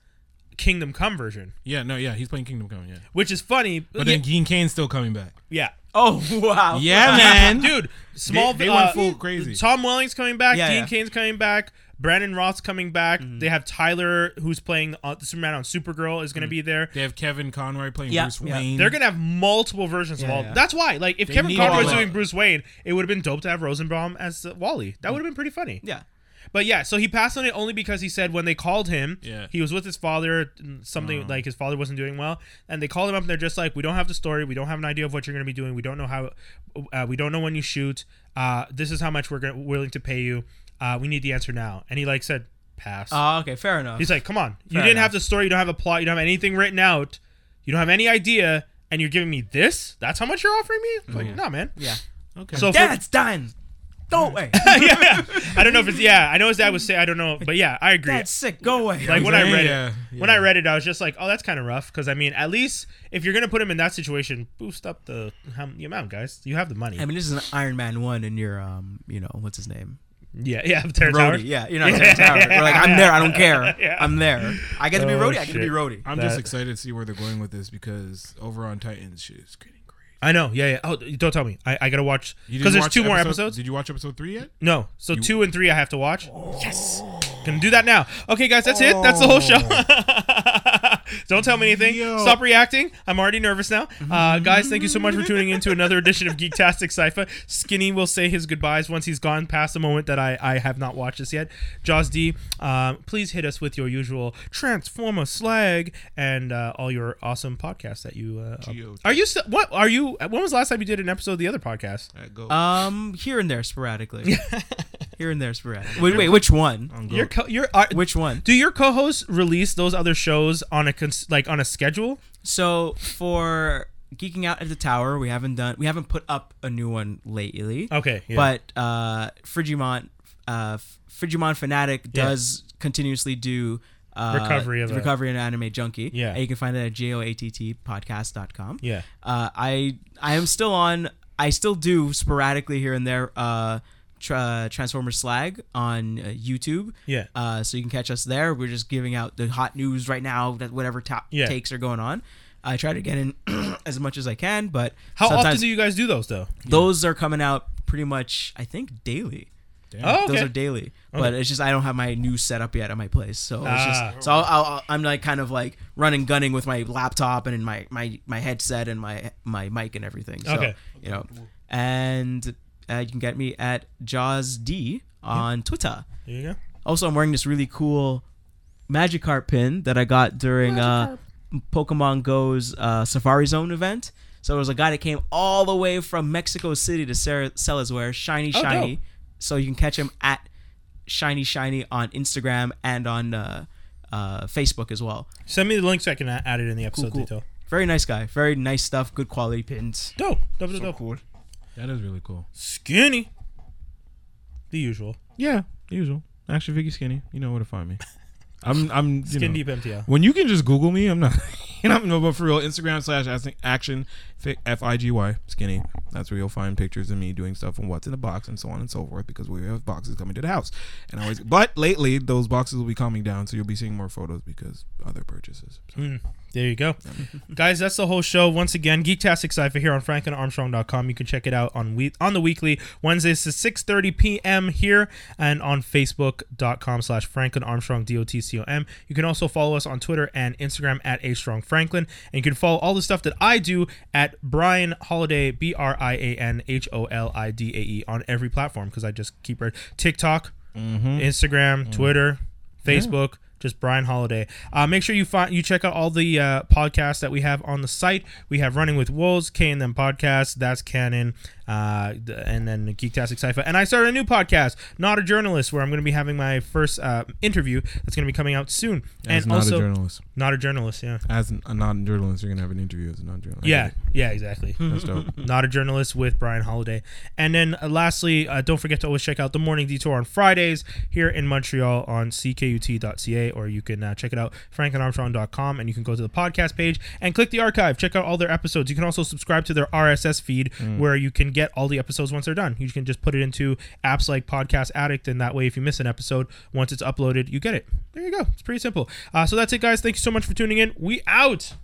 Kingdom Come version, Yeah, no, yeah, he's playing Kingdom Come. Yeah, which is funny. but yeah, then Gene Kane's still coming back. yeah, Oh wow. Yeah, man. dude. Small. They- they uh, went full crazy. Tom Welling's coming back. Yeah, Dean yeah. Mm-hmm. Kane's coming back. Brandon Roth's coming back. They have Tyler, who's playing uh, Superman on Supergirl, is going Mm. to be there. They have Kevin Conroy playing Yeah, Bruce yeah. Wayne. They're going to have multiple versions of Yeah, all. yeah. That's why, like, if They Kevin need Conroy's all that. doing Bruce Wayne, it would have been dope to have Rosenbaum as uh, Wally. That would have been pretty funny. Yeah. But yeah, so he passed on it only because he said when they called him, Yeah. he was with his father, and something like his father wasn't doing well, and they called him up and they're just like, we don't have the story, we don't have an idea of what you're going to be doing, we don't know how, uh, we don't know when you shoot, uh, this is how much we're gonna, willing to pay you, uh, we need the answer now, and he like said pass. Oh, okay, fair enough. He's like, come on, you Fair didn't enough. have the story, you don't have a plot, you don't have anything written out, you don't have any idea, and you're giving me this? That's how much you're offering me? Like, nah, man. yeah. Mm. Okay. So for- Dad's dying. Go away. yeah, I don't know if it's yeah. I know his dad was say I don't know, but yeah, I agree. Dad's sick. Go away. like when I read Yeah, it, yeah. when I read it, I was just like, oh, that's kind of rough. Because I mean, at least if you're gonna put him in that situation, boost up the how, the amount, guys. You have the money. I mean, this is an Iron Man one, and you're um, you know, what's his name? yeah, yeah, Terrence Howard. Rhodey. Yeah, you're not Terrence Howard. We're like, I'm there. I don't care. Yeah. I'm there. I get to be Oh, Rhodey. I get to be shit. Rhodey. I'm That- just excited to see where they're going with this because over on Titans, shit is getting crazy. I know. Yeah, yeah. Oh, don't tell me. I, I gotta watch You because didn't there's watch two more episode- episodes. Did you watch episode three yet? No, so two and three I have to watch. Yes, gonna do that now. Okay, guys, that's it. That's the whole show. Don't tell me anything. Yo. Stop reacting. I'm already nervous now. Uh, guys, thank you so much for tuning in to another edition of Geektastic Cypher. Skinny will say his goodbyes once he's gone past the moment that I, I have not watched this yet. Jaws D, um, please hit us with your usual Transformer slag and uh, all your awesome podcasts that you. Uh, up- Geo- are you still, what are you? When was the last time you did an episode of the other podcast? All right, go. Um, here and there sporadically. here and there sporadically. Wait, wait, which one? Go. Your co- your uh, Which one? Do your co-hosts release those other shows on a cons- like on a schedule? So for geeking out at the tower, we haven't done. We haven't put up a new one lately. Okay, Oh, yeah. But uh, Frigimon, uh, Frigimon fanatic does continuously do. Uh, Recovery of a- recovery and anime junkie Yeah. and you can find it at joattpodcast.com Yeah. uh, i i am still on i still do sporadically here and there uh tra- transformer slag on uh, youtube Yeah. uh, so you can catch us there. We're just giving out the hot news right now that whatever top Yeah. takes are going on. I try to get in as much as I can, but How often sometimes do you guys do those though? those are coming out pretty much I think daily. Oh, okay. Those are daily, but it's just I don't have my new setup yet at my place, so it's Ah. just so I'll, I'll, I'll- I'm like kind of like running gunning with my laptop and in my my my headset and my my mic and everything. So, Okay. you know, and uh, you can get me at Jaws D on Twitter. there you go. Also, I'm wearing this really cool Magikarp pin that I got during uh, Pokemon Go's uh, Safari Zone event. So there was a guy that came all the way from Mexico City to Sarah, sell his wares, shiny, Oh, shiny. dope. So you can catch him at shiny, shiny on Instagram and on uh, uh, Facebook as well. Send me the link so I can a- add it in the episode cool. detail. Very nice guy. Very nice stuff. Good quality pins. Dope. Dope. Dope. dope. Cool. that is really cool. Skinny. The usual. Yeah, usual. Action figure skinny. You know where to find me. I'm I'm you Skin know. deep MTL. When you can just Google me, I'm not. And I'm no, but for real, Instagram slash action f i g y skinny. That's where you'll find pictures of me doing stuff and what's in the box and so on and so forth because we have boxes coming to the house. And I always, but lately those boxes will be calming down, so you'll be seeing more photos because other purchases. So, Mm-hmm. There you go. Guys, that's the whole show. Once again, Geektastic Cypher here on franklinarmstrong.com. You can check it out on we- on the weekly Wednesdays to 6.30 p.m. here and on facebook.com slash franklinarmstrong, D-O-T-C-O-M. You can also follow us on Twitter and Instagram at astrongfranklin. And you can follow all the stuff that I do at Brian Holiday, B-R-I-A-N-H-O-L-I-D-A-E E, on every platform because I just keep it. TikTok, Instagram, Twitter, Facebook, just Brian Holiday. Uh, make sure you find you check out all the uh, podcasts that we have on the site. We have Running with Wolves, K and Them Podcast, that's Canon, uh, th- and then Geektastic Sci-Fi. And I started a new podcast, Not a Journalist, where I'm going to be having my first uh, interview that's going to be coming out soon. and not also, a journalist, not a journalist, yeah, as a non-journalist, you're gonna have an interview as a non-journalist. yeah, yeah, exactly. that's dope. Mm-hmm. Not a Journalist with Brian Holiday. And then uh, lastly, uh, don't forget to always check out The Morning Detour on Fridays here in Montreal on ckut.ca, or you can uh, check it out, franklinarmstrong.com, and you can go to the podcast page and click the archive. Check out all their episodes. You can also subscribe to their RSS feed where you can get all the episodes once they're done. You can just put it into apps like Podcast Addict, and that way, if you miss an episode, once it's uploaded, you get it. There you go. It's pretty simple. Uh, so that's it, guys. Thank you so much for tuning in. We out.